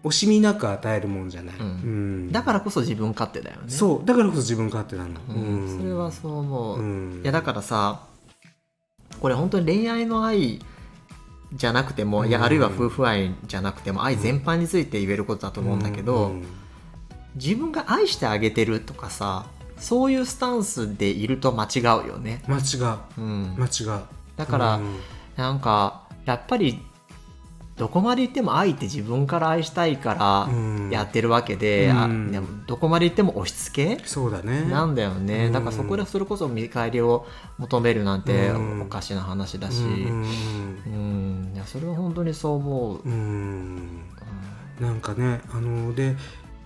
Speaker 2: 惜しみなく与えるもんじゃない、
Speaker 1: うん
Speaker 2: うん
Speaker 1: うん。だからこそ自分勝手だよね。う。
Speaker 2: そうだからこそ自分勝手なの、
Speaker 1: ん、それはそう思う。
Speaker 2: ん
Speaker 1: いやだかららさ、これ本当に恋愛の愛じゃなくても、いやあるいは夫婦愛じゃなくても愛全般について言えることだと思うんだけど、自分が愛してあげてるとかさ、そういうスタンスでいると間違うよね。
Speaker 2: 間違
Speaker 1: う
Speaker 2: う
Speaker 1: ん。
Speaker 2: 間違う
Speaker 1: だから、
Speaker 2: うん
Speaker 1: なんかやっぱりどこまで行っても愛って自分から愛したいから。
Speaker 2: うん
Speaker 1: やってるわけで,、あ
Speaker 2: うん
Speaker 1: でもどこまで行っても押し付け
Speaker 2: そうだね
Speaker 1: なんだよね、
Speaker 2: うん
Speaker 1: だからそこでそれこそ見返りを求めるなんて
Speaker 2: うん
Speaker 1: おかしな話だし、
Speaker 2: う
Speaker 1: うん
Speaker 2: ん
Speaker 1: いやそれは本当にそう思う、
Speaker 2: うんうんなんかねあので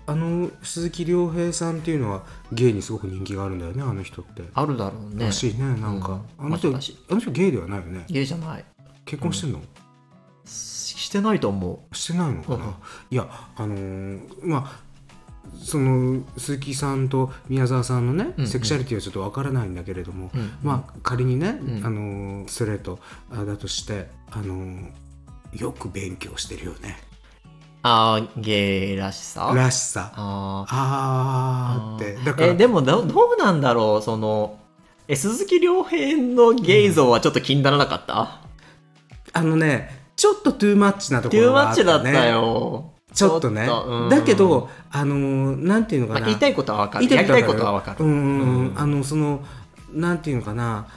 Speaker 2: あの鈴木亮平さんっていうのはゲイにすごく人気があるんだよねあの人って、
Speaker 1: あるだろうね
Speaker 2: らしいねなんか、
Speaker 1: うん
Speaker 2: あの人
Speaker 1: まあ正しい
Speaker 2: あの人ゲイではないよね
Speaker 1: 家じゃない
Speaker 2: 結婚してんの、
Speaker 1: ししてないと思
Speaker 2: してないのかな、
Speaker 1: うん
Speaker 2: いやあのーまあその鈴木さんと宮沢さんのね、
Speaker 1: うんうん
Speaker 2: セクシャリティはちょっとわからないんだけれども、
Speaker 1: う、うん
Speaker 2: まあ仮にね、
Speaker 1: うん
Speaker 2: あのーストレートあだとして、あのーよく勉強してるよね
Speaker 1: あーゲイらしさ
Speaker 2: らしさ
Speaker 1: あー
Speaker 2: あーってだから
Speaker 1: えでもどどうなんだろうそのえ鈴木亮平のゲイ像はちょっと気にならなかった、
Speaker 2: あのねちょっとトゥーマッチなとこ
Speaker 1: トゥー
Speaker 2: ろ
Speaker 1: マ
Speaker 2: が
Speaker 1: ッ
Speaker 2: あった、
Speaker 1: チ
Speaker 2: ね、
Speaker 1: だったよ
Speaker 2: ちょっとね
Speaker 1: うん
Speaker 2: だけどあのーなんていうの
Speaker 1: ま
Speaker 2: か
Speaker 1: あ、
Speaker 2: な、
Speaker 1: 言いたいことは分かる
Speaker 2: 言いたい
Speaker 1: や
Speaker 2: こ
Speaker 1: り
Speaker 2: と
Speaker 1: た
Speaker 2: はい分か
Speaker 1: ことは分か
Speaker 2: る
Speaker 1: る、
Speaker 2: うんうんう、
Speaker 1: うんん
Speaker 2: あのそのなんていうのかな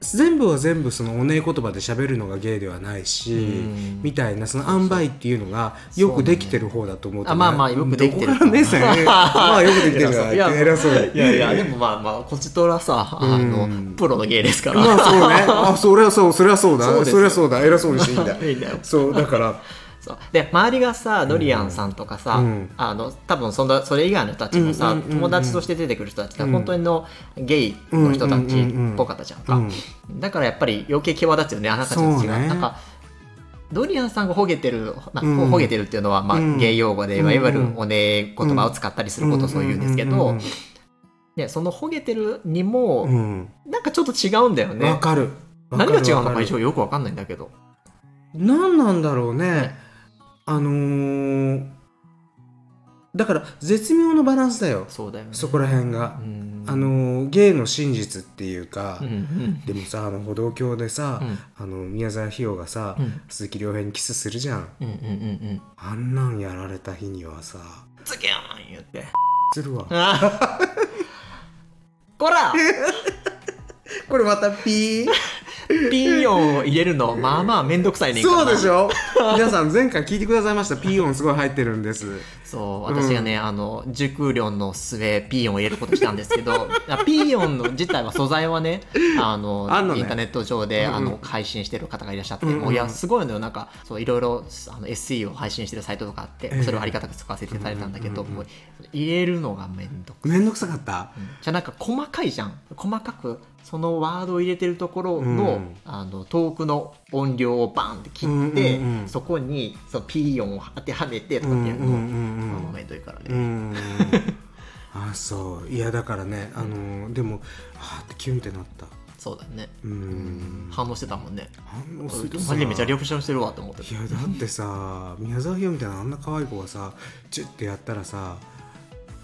Speaker 2: 全部は全部そのおねえ言葉で喋るのがゲイではないし、
Speaker 1: うん
Speaker 2: みたいなその塩梅っていうのが
Speaker 1: そう
Speaker 2: よくできてる方だと思うと
Speaker 1: あまあまあよくできてる
Speaker 2: どこから目線 まあよくできてるから
Speaker 1: いや
Speaker 2: 偉そう
Speaker 1: いやいやでもまあまあこちとらさあの、
Speaker 2: うん
Speaker 1: プロの芸ですから、
Speaker 2: まあそうねあそれはそうそれはそうだ
Speaker 1: そうですよ
Speaker 2: それはそうだ偉そうにしていいんだ
Speaker 1: いいんだよ
Speaker 2: そうだから
Speaker 1: そうで周りがさドリアンさんとかさ、
Speaker 2: うん
Speaker 1: あの多分そんなそれ以外の人たちもさ、
Speaker 2: うんうんうんうん
Speaker 1: 友達として出てくる人たちが
Speaker 2: うん
Speaker 1: 本当にのゲイの人たちっぽかったじゃんか、
Speaker 2: うん
Speaker 1: だからやっぱり余計際立つよねあなたたちが、
Speaker 2: そうね
Speaker 1: なんかドリアンさんがほげてるな
Speaker 2: うん
Speaker 1: ほげてるっていうのは、まあ
Speaker 2: うん
Speaker 1: ゲイ用語でいわゆ
Speaker 2: う
Speaker 1: る
Speaker 2: んうん
Speaker 1: おねえ言葉を使ったりすることをそう言うんですけど、
Speaker 2: うん
Speaker 1: ね、そのほげてるにも、
Speaker 2: うんうん
Speaker 1: なんかちょっと違うんだよ
Speaker 2: わ
Speaker 1: ね。
Speaker 2: かる
Speaker 1: 何が違うの
Speaker 2: わ
Speaker 1: か
Speaker 2: る
Speaker 1: 以上よくわかんないんだけど。
Speaker 2: 何なんだろうね
Speaker 1: ね、
Speaker 2: あのーだから絶妙のバランスだよ、
Speaker 1: そうだよね。
Speaker 2: そこら辺が、
Speaker 1: うん
Speaker 2: あ、のー芸の真実っていうか、
Speaker 1: うんうん
Speaker 2: でもさあの歩道橋でさ、
Speaker 1: うん
Speaker 2: あの宮沢ひよがさ、
Speaker 1: うん
Speaker 2: 鈴木亮平にキスするじゃん
Speaker 1: うんうんうんうん。
Speaker 2: あんなんやられた日には さ
Speaker 1: つけやん言って。
Speaker 2: するわ
Speaker 1: あこら
Speaker 2: これまたピー
Speaker 1: ピー音を入れるの、まあまあめんどくさいねんから
Speaker 2: そう
Speaker 1: な
Speaker 2: でしょ皆さん前回聞いてくださいましたピー音すごい入ってるんです
Speaker 1: そう、私がね、あの、熟慮の末、ピー音を入れることにしたんですけ ど、あピー音の自体は、素材はね、あの、
Speaker 2: あんのね
Speaker 1: インターネット上で、
Speaker 2: うんうん
Speaker 1: あの、配信してる方がいらっしゃって、
Speaker 2: うんうん
Speaker 1: もういや、すごいのよ、なんか、そう、いろいろ、あの、SE を配信してるサイトとかあって
Speaker 2: ええ、
Speaker 1: それをありがたく使わせていただいたんだけど、
Speaker 2: うんうんうん
Speaker 1: もう、入れるのがめんどく
Speaker 2: めんどくさかった
Speaker 1: じゃあなんか細かいじゃん細かくそのワードを入れてるところ
Speaker 2: う
Speaker 1: の,、
Speaker 2: ん
Speaker 1: あの遠くの音量をバンって切って、
Speaker 2: うんうんうん
Speaker 1: そこにそのピー音を当てはめてとかってやるの、
Speaker 2: うんうんうんうん
Speaker 1: まあまあめんどいからね、
Speaker 2: うーんあそういやだからねあのでもあーってキュンってなった
Speaker 1: そうだよね
Speaker 2: うーん
Speaker 1: 反応してたもんね
Speaker 2: 反応するとさ
Speaker 1: マジでめちゃリアクションしてるわと思って
Speaker 2: いやだってさ宮沢ひよみたいなあんな可愛い子がさチュッてやったらさ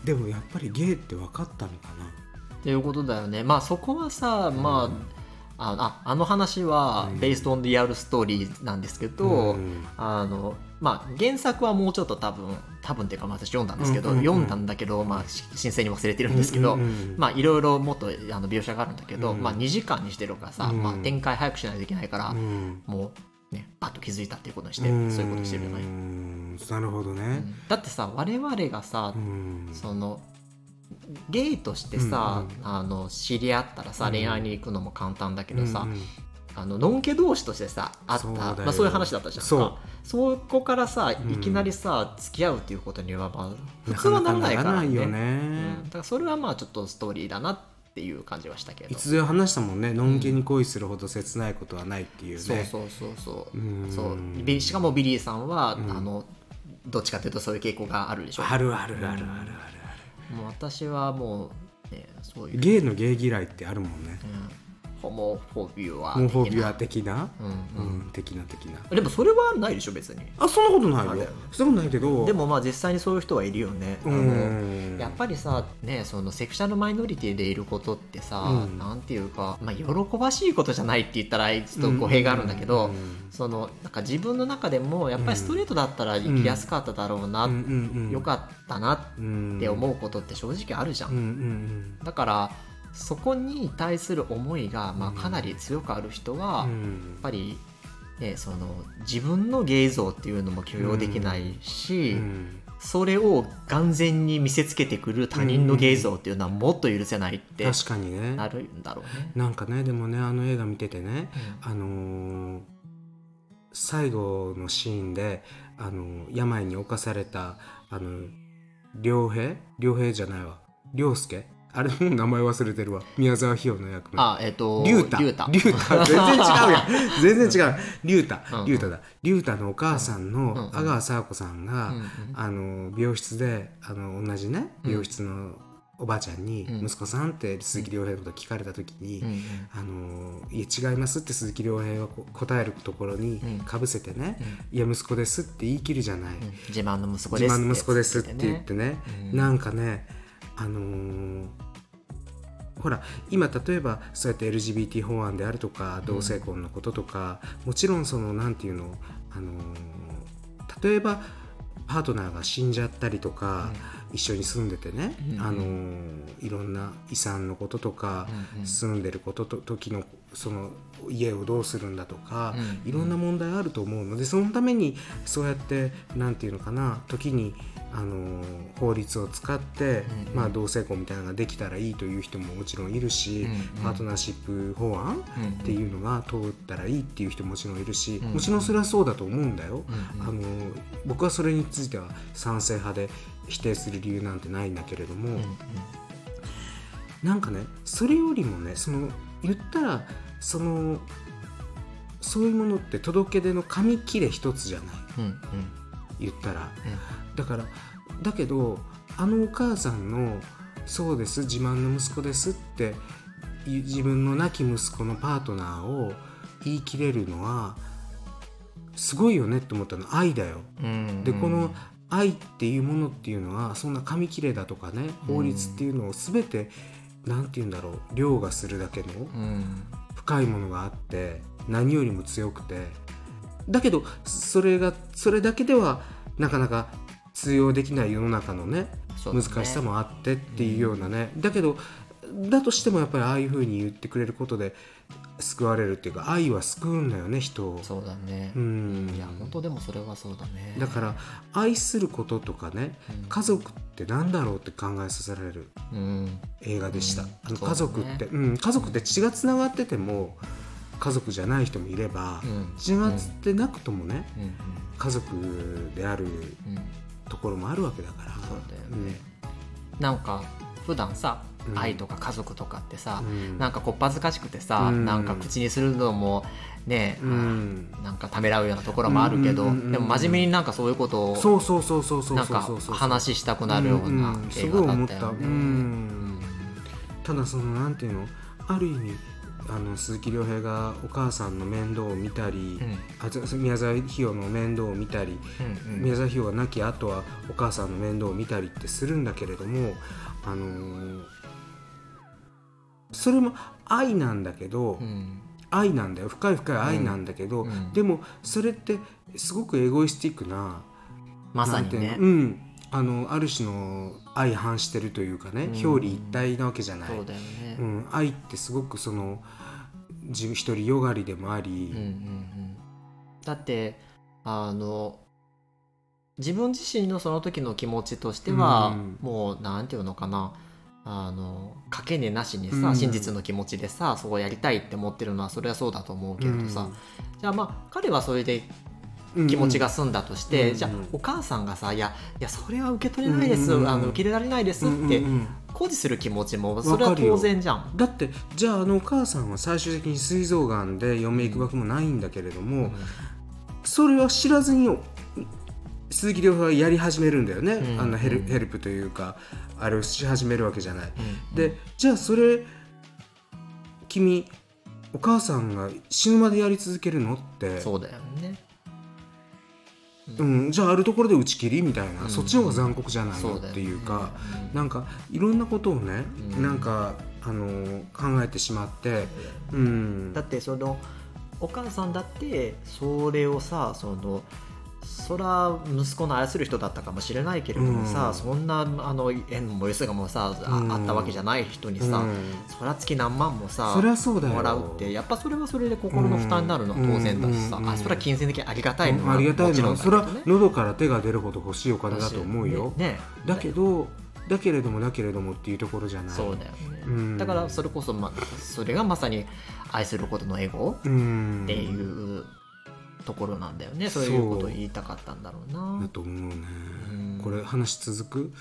Speaker 2: でもやっぱりゲイって分かったのかな
Speaker 1: っていうことだよねまあそこはさまあ、あああの話は
Speaker 2: うん
Speaker 1: ベースオンリアルストーリーなんですけど、
Speaker 2: うん
Speaker 1: あのまあ、原作はもうちょっと多分多分っていうかまあ私読んだんですけど、
Speaker 2: うんうんうん
Speaker 1: 読んだんだけど、まあ、し申請に忘れてるんですけど、
Speaker 2: うんうんうん
Speaker 1: まあいろいろもっとあの描写があるんだけど、
Speaker 2: うん
Speaker 1: まあ、2時間にしてるからさ、
Speaker 2: うん
Speaker 1: まあ、展開早くしないといけないから、
Speaker 2: うん
Speaker 1: もうねパッと気づいたっていうことにして、そういうことにしてるよね
Speaker 2: うーんうんなるほど
Speaker 1: う
Speaker 2: ね。
Speaker 1: んだってさ我々がさ、
Speaker 2: うん
Speaker 1: そのゲイとしてさ、
Speaker 2: う
Speaker 1: あの知り合ったらさ、
Speaker 2: うん
Speaker 1: 恋愛に行くのも簡単だけどさ、
Speaker 2: うんうん
Speaker 1: あののんけ同士としてさあった
Speaker 2: そ
Speaker 1: そうう,、
Speaker 2: だよ
Speaker 1: まあ、そういう話だったじゃんか
Speaker 2: そう
Speaker 1: そこからさ
Speaker 2: うん
Speaker 1: いきなりさ、付き合うっていうことには、まあ、普通はならないからね
Speaker 2: なかなかならないよね、
Speaker 1: うん、だからそれはまあちょっとストーリーだなっていう感じはしたけど
Speaker 2: いつでも話したもんねのんけに恋するほど切ないことはないっていうね
Speaker 1: そうそうそうそう,、
Speaker 2: うん
Speaker 1: そうビしかもビリーさんは、
Speaker 2: うん
Speaker 1: あのどっちかというとそういう傾向があるでしょ
Speaker 2: あるあるあるあるあるあ
Speaker 1: もう私はもう、ね、そうい
Speaker 2: る
Speaker 1: う、
Speaker 2: ゲイのゲイ嫌いってあるもんね
Speaker 1: うんホモフォビュア
Speaker 2: モフォビア的な
Speaker 1: うん
Speaker 2: う
Speaker 1: うんん、
Speaker 2: 的な的な
Speaker 1: でもそれはないでしょ別に
Speaker 2: あそんなことない
Speaker 1: あ
Speaker 2: よ
Speaker 1: れ
Speaker 2: そんなことないけど
Speaker 1: でもまあ実際にそういう人はいるよね、
Speaker 2: う
Speaker 1: あ
Speaker 2: ん
Speaker 1: のやっぱりさねそのセクシャルマイノリティでいることってさ、
Speaker 2: うん
Speaker 1: なんていうか、まあ、喜ばしいことじゃないって言ったらちょっと語弊があるんだけど、
Speaker 2: うん
Speaker 1: そのなんか自分の中でもやっぱりストレートだったら生きやすかっただろうな、
Speaker 2: うんうんうん
Speaker 1: よかったな
Speaker 2: うん
Speaker 1: って思うことって正直あるじゃん、
Speaker 2: うんうん
Speaker 1: だからそこに対する思いが、まあ、
Speaker 2: うん
Speaker 1: かなり強くある人
Speaker 2: う
Speaker 1: は、やっ
Speaker 2: ん
Speaker 1: ぱり、ね、その自分の芸像っていうのも許容できないし、
Speaker 2: うん
Speaker 1: それを眼前に見せつけてくる他人の芸像っていうのはもっと許せないって
Speaker 2: 確かにね
Speaker 1: なるんだろうね。
Speaker 2: なんかねでもねあの映画見ててねあのー最後のシーンで、あのー病に侵されたあの良平良平じゃないわ良介あれもう名前忘れてるわ宮沢ひよの役の
Speaker 1: あえっ、と
Speaker 2: 竜太
Speaker 1: 竜
Speaker 2: 竜
Speaker 1: 太
Speaker 2: 太全然違うやん全然違う竜太
Speaker 1: うんうん
Speaker 2: 竜太だ竜太のお母さん
Speaker 1: うんうん
Speaker 2: の阿川佐和子さんが、
Speaker 1: うんうん
Speaker 2: あの病室であの同じね
Speaker 1: うん
Speaker 2: 病室のおばあちゃんに
Speaker 1: う
Speaker 2: 「
Speaker 1: ん
Speaker 2: 息子さん?」って鈴木亮平のこと聞かれた時に「
Speaker 1: うんうん
Speaker 2: あのいや違いますって鈴木亮平はこ答えるところに
Speaker 1: うん
Speaker 2: かぶせてね、
Speaker 1: う
Speaker 2: いや息子ですって言い切るじゃない、
Speaker 1: うん自慢の息子
Speaker 2: 自
Speaker 1: です
Speaker 2: 慢の息子ですって言って
Speaker 1: ね
Speaker 2: ね、
Speaker 1: うん
Speaker 2: なんかねあのーほら今例えばそうやって LGBT 法案であるとか同性婚のこととか、もちろんそのなんていうの、あのー例えばパートナーが死んじゃったりとか、一緒に住んでてね、
Speaker 1: うん
Speaker 2: あのーいろんな遺産のこととか、
Speaker 1: うんうん
Speaker 2: 住んでることと時のその家をどうするんだとか、
Speaker 1: うん
Speaker 2: いろんな問題あると思うのでそのためにそうやってなんていうのかな時にあの法律を使って、
Speaker 1: うん
Speaker 2: まあ、同性婚みたいなのができたらいいという人ももちろんいるし、
Speaker 1: うん
Speaker 2: パートナーシップ法案
Speaker 1: うんうん
Speaker 2: っていうのが通ったらいいっていう人ももちろんいるし、
Speaker 1: うん
Speaker 2: もちろんそれはそうだと思うんだよ、
Speaker 1: うんうん
Speaker 2: あの僕はそれについては賛成派で否定する理由なんてないんだけれども、
Speaker 1: うんうん
Speaker 2: なんかねそれよりもねその言ったらそのそういうものって届け出の紙切れ一つじゃない
Speaker 1: うんうん
Speaker 2: 言ったらだからだけどあのお母さんの「そうです自慢の息子です」ってい自分の亡き息子のパートナーを言い切れるのはすごいよねって思ったの愛だよ。
Speaker 1: うんうん
Speaker 2: でこの愛っていうものっていうのはそんな紙切れだとかね法律っていうのを全て何て言うんだろう凌駕するだけの
Speaker 1: うん
Speaker 2: 深いものがあって何よりも強くてだけどそれがそれだけではなかなか通用できない世の中のね
Speaker 1: そう
Speaker 2: 難
Speaker 1: だね
Speaker 2: しさもあってっていうようなねだけどだとしてもやっぱりああいうふうに言ってくれることで救われるっていうか愛は救うんだよね人を。
Speaker 1: そうだね
Speaker 2: うん
Speaker 1: いや本当でもそれはそうだね
Speaker 2: だから愛することとかね
Speaker 1: うん
Speaker 2: 家族ってなんだろうって考えさせられる
Speaker 1: うん
Speaker 2: 映画でした、
Speaker 1: うん
Speaker 2: あの
Speaker 1: そうだね
Speaker 2: 家族ってう、ん、家族って血がつながってても家族じゃない人もいれば、
Speaker 1: うん
Speaker 2: 血がつってなくともね
Speaker 1: うん
Speaker 2: 家族である
Speaker 1: うんうん
Speaker 2: ところもあるわけだから
Speaker 1: そうだよねなんか普段さ
Speaker 2: うん
Speaker 1: 愛とか家族とかってさ、
Speaker 2: うん
Speaker 1: なんかこっぱずかしくてさ、
Speaker 2: うん
Speaker 1: なんか口にするのもね、
Speaker 2: うん
Speaker 1: なんかためらうようなところもあるけど、
Speaker 2: うんうんうんうん
Speaker 1: でも真面目になんかそういうことを
Speaker 2: そうそうそうそうそう
Speaker 1: なん
Speaker 2: そう
Speaker 1: か
Speaker 2: そうそう
Speaker 1: 話したくなるよう
Speaker 2: う
Speaker 1: なん
Speaker 2: うんす
Speaker 1: 映
Speaker 2: ごい
Speaker 1: 画だ
Speaker 2: 思っ
Speaker 1: った
Speaker 2: た
Speaker 1: よ
Speaker 2: う
Speaker 1: ね。
Speaker 2: んただそのなんていうのある意味あの鈴木亮平がお母さんの面倒を見たり、
Speaker 1: うん
Speaker 2: あじゃあ宮沢ひよの面倒を見たり、
Speaker 1: うんうん
Speaker 2: 宮沢ひよが亡き後はお母さんの面倒を見たりってするんだけれども、あのーそれも愛なんだけど、
Speaker 1: うん
Speaker 2: 愛なんだよ深い深い愛なんだけど、
Speaker 1: うんうん
Speaker 2: でもそれってすごくエゴイスティックな
Speaker 1: まさに
Speaker 2: なん
Speaker 1: ね
Speaker 2: ていうのうん、あのある種の相反してるというか
Speaker 1: う
Speaker 2: ね、
Speaker 1: ん
Speaker 2: 表裏一体なわけじゃない。
Speaker 1: そうだよね。
Speaker 2: う
Speaker 1: うん
Speaker 2: ん、愛ってすごくその自分一人よがりでもあ
Speaker 1: うんう
Speaker 2: り、
Speaker 1: んだってあの自分自身のその時の気持ちとしては、
Speaker 2: うん
Speaker 1: もうなんていうのかなあの賭け値なしにさ、
Speaker 2: うん
Speaker 1: 真実の気持ちでさそうやりたいって思ってるのはそれはそうだと思うけれどさ、じゃあまあ彼はそれで
Speaker 2: うん
Speaker 1: 気持ちが済んだとして、
Speaker 2: うん
Speaker 1: じゃあお母さんがさ「いやいやそれは受け取れないです、
Speaker 2: うん
Speaker 1: あの受け入れられないです」っ
Speaker 2: うんうん
Speaker 1: て
Speaker 2: うん
Speaker 1: 抗議する気持ちもそれは当然じゃん。
Speaker 2: だってじゃああのお母さんは最終的に膵臓がんで嫁行くばくもないんだけれども、それは知らずに鈴木亮平はやり始めるんだよね、
Speaker 1: うん
Speaker 2: あのヘル
Speaker 1: うん
Speaker 2: ヘルプというかあれをし始めるわけじゃない。
Speaker 1: うん
Speaker 2: でじゃあそれ君お母さんが死ぬまでやり続けるのって
Speaker 1: そうだよね。
Speaker 2: うん、じゃああるところで打ち切りみたいな、
Speaker 1: うん
Speaker 2: そっちの方が残酷じゃない
Speaker 1: そ
Speaker 2: の
Speaker 1: う
Speaker 2: っ
Speaker 1: だよ
Speaker 2: て
Speaker 1: ね
Speaker 2: いうか、
Speaker 1: うん
Speaker 2: なんかいろんなことをね、
Speaker 1: うん
Speaker 2: なんかあのー考えてしまって、うん、
Speaker 1: だってそのお母さんだってそれをさそのそら息子の愛する人だったかもしれないけれどもさ、
Speaker 2: うん
Speaker 1: そんなあの縁もよすがもさあ,、
Speaker 2: うん
Speaker 1: あったわけじゃない人にさ、
Speaker 2: うん
Speaker 1: そら月何万もさ
Speaker 2: そりゃそうだよ
Speaker 1: もらうってやっぱそれはそれで心の負担になるのは当然だしさ、
Speaker 2: うんうん
Speaker 1: あそれは金銭的にありがたいの
Speaker 2: あ
Speaker 1: は
Speaker 2: り
Speaker 1: も
Speaker 2: がたい
Speaker 1: ちろ
Speaker 2: の
Speaker 1: んだ
Speaker 2: はそ
Speaker 1: け
Speaker 2: れ
Speaker 1: ど
Speaker 2: は
Speaker 1: ね。
Speaker 2: 喉から手が出るほど欲しいお金だと思うよ、
Speaker 1: ねね
Speaker 2: だけどだけれどもだけれどもっていうところじゃない
Speaker 1: そうだよね、
Speaker 2: うん
Speaker 1: だからそれこそ、ま、それがまさに愛することのエゴ
Speaker 2: うん
Speaker 1: っていうところなんだよね、そういうことを言いたかったんだろう
Speaker 2: だ
Speaker 1: な
Speaker 2: と思うね、
Speaker 1: うん
Speaker 2: これ話続く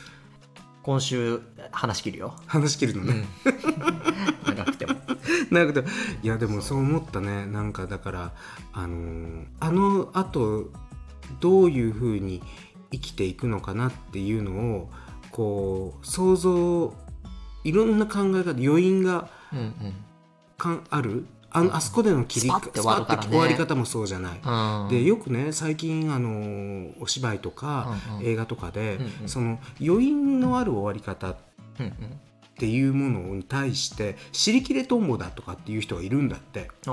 Speaker 1: 今週話し切るよ、
Speaker 2: 話し切るの
Speaker 1: う
Speaker 2: ね、
Speaker 1: ん 長くても
Speaker 2: なんかいやでもそう思ったねなんかだからあのーあのあとどういうふうに生きていくのかなっていうのをこう想像いろんな考え方余韻が
Speaker 1: うんうん
Speaker 2: かんあるあのあそこでの切り
Speaker 1: スパッて終わるからね
Speaker 2: スパッて終わり方もそうじゃない。
Speaker 1: うん
Speaker 2: でよくね最近、あのーお芝居とか、
Speaker 1: うんうん
Speaker 2: 映画とかで、
Speaker 1: うんうん
Speaker 2: その余韻のある終わり方っ
Speaker 1: うんうん
Speaker 2: ていうものに対して「尻切れトンボだ」とかっていう人がいるんだって。
Speaker 1: あ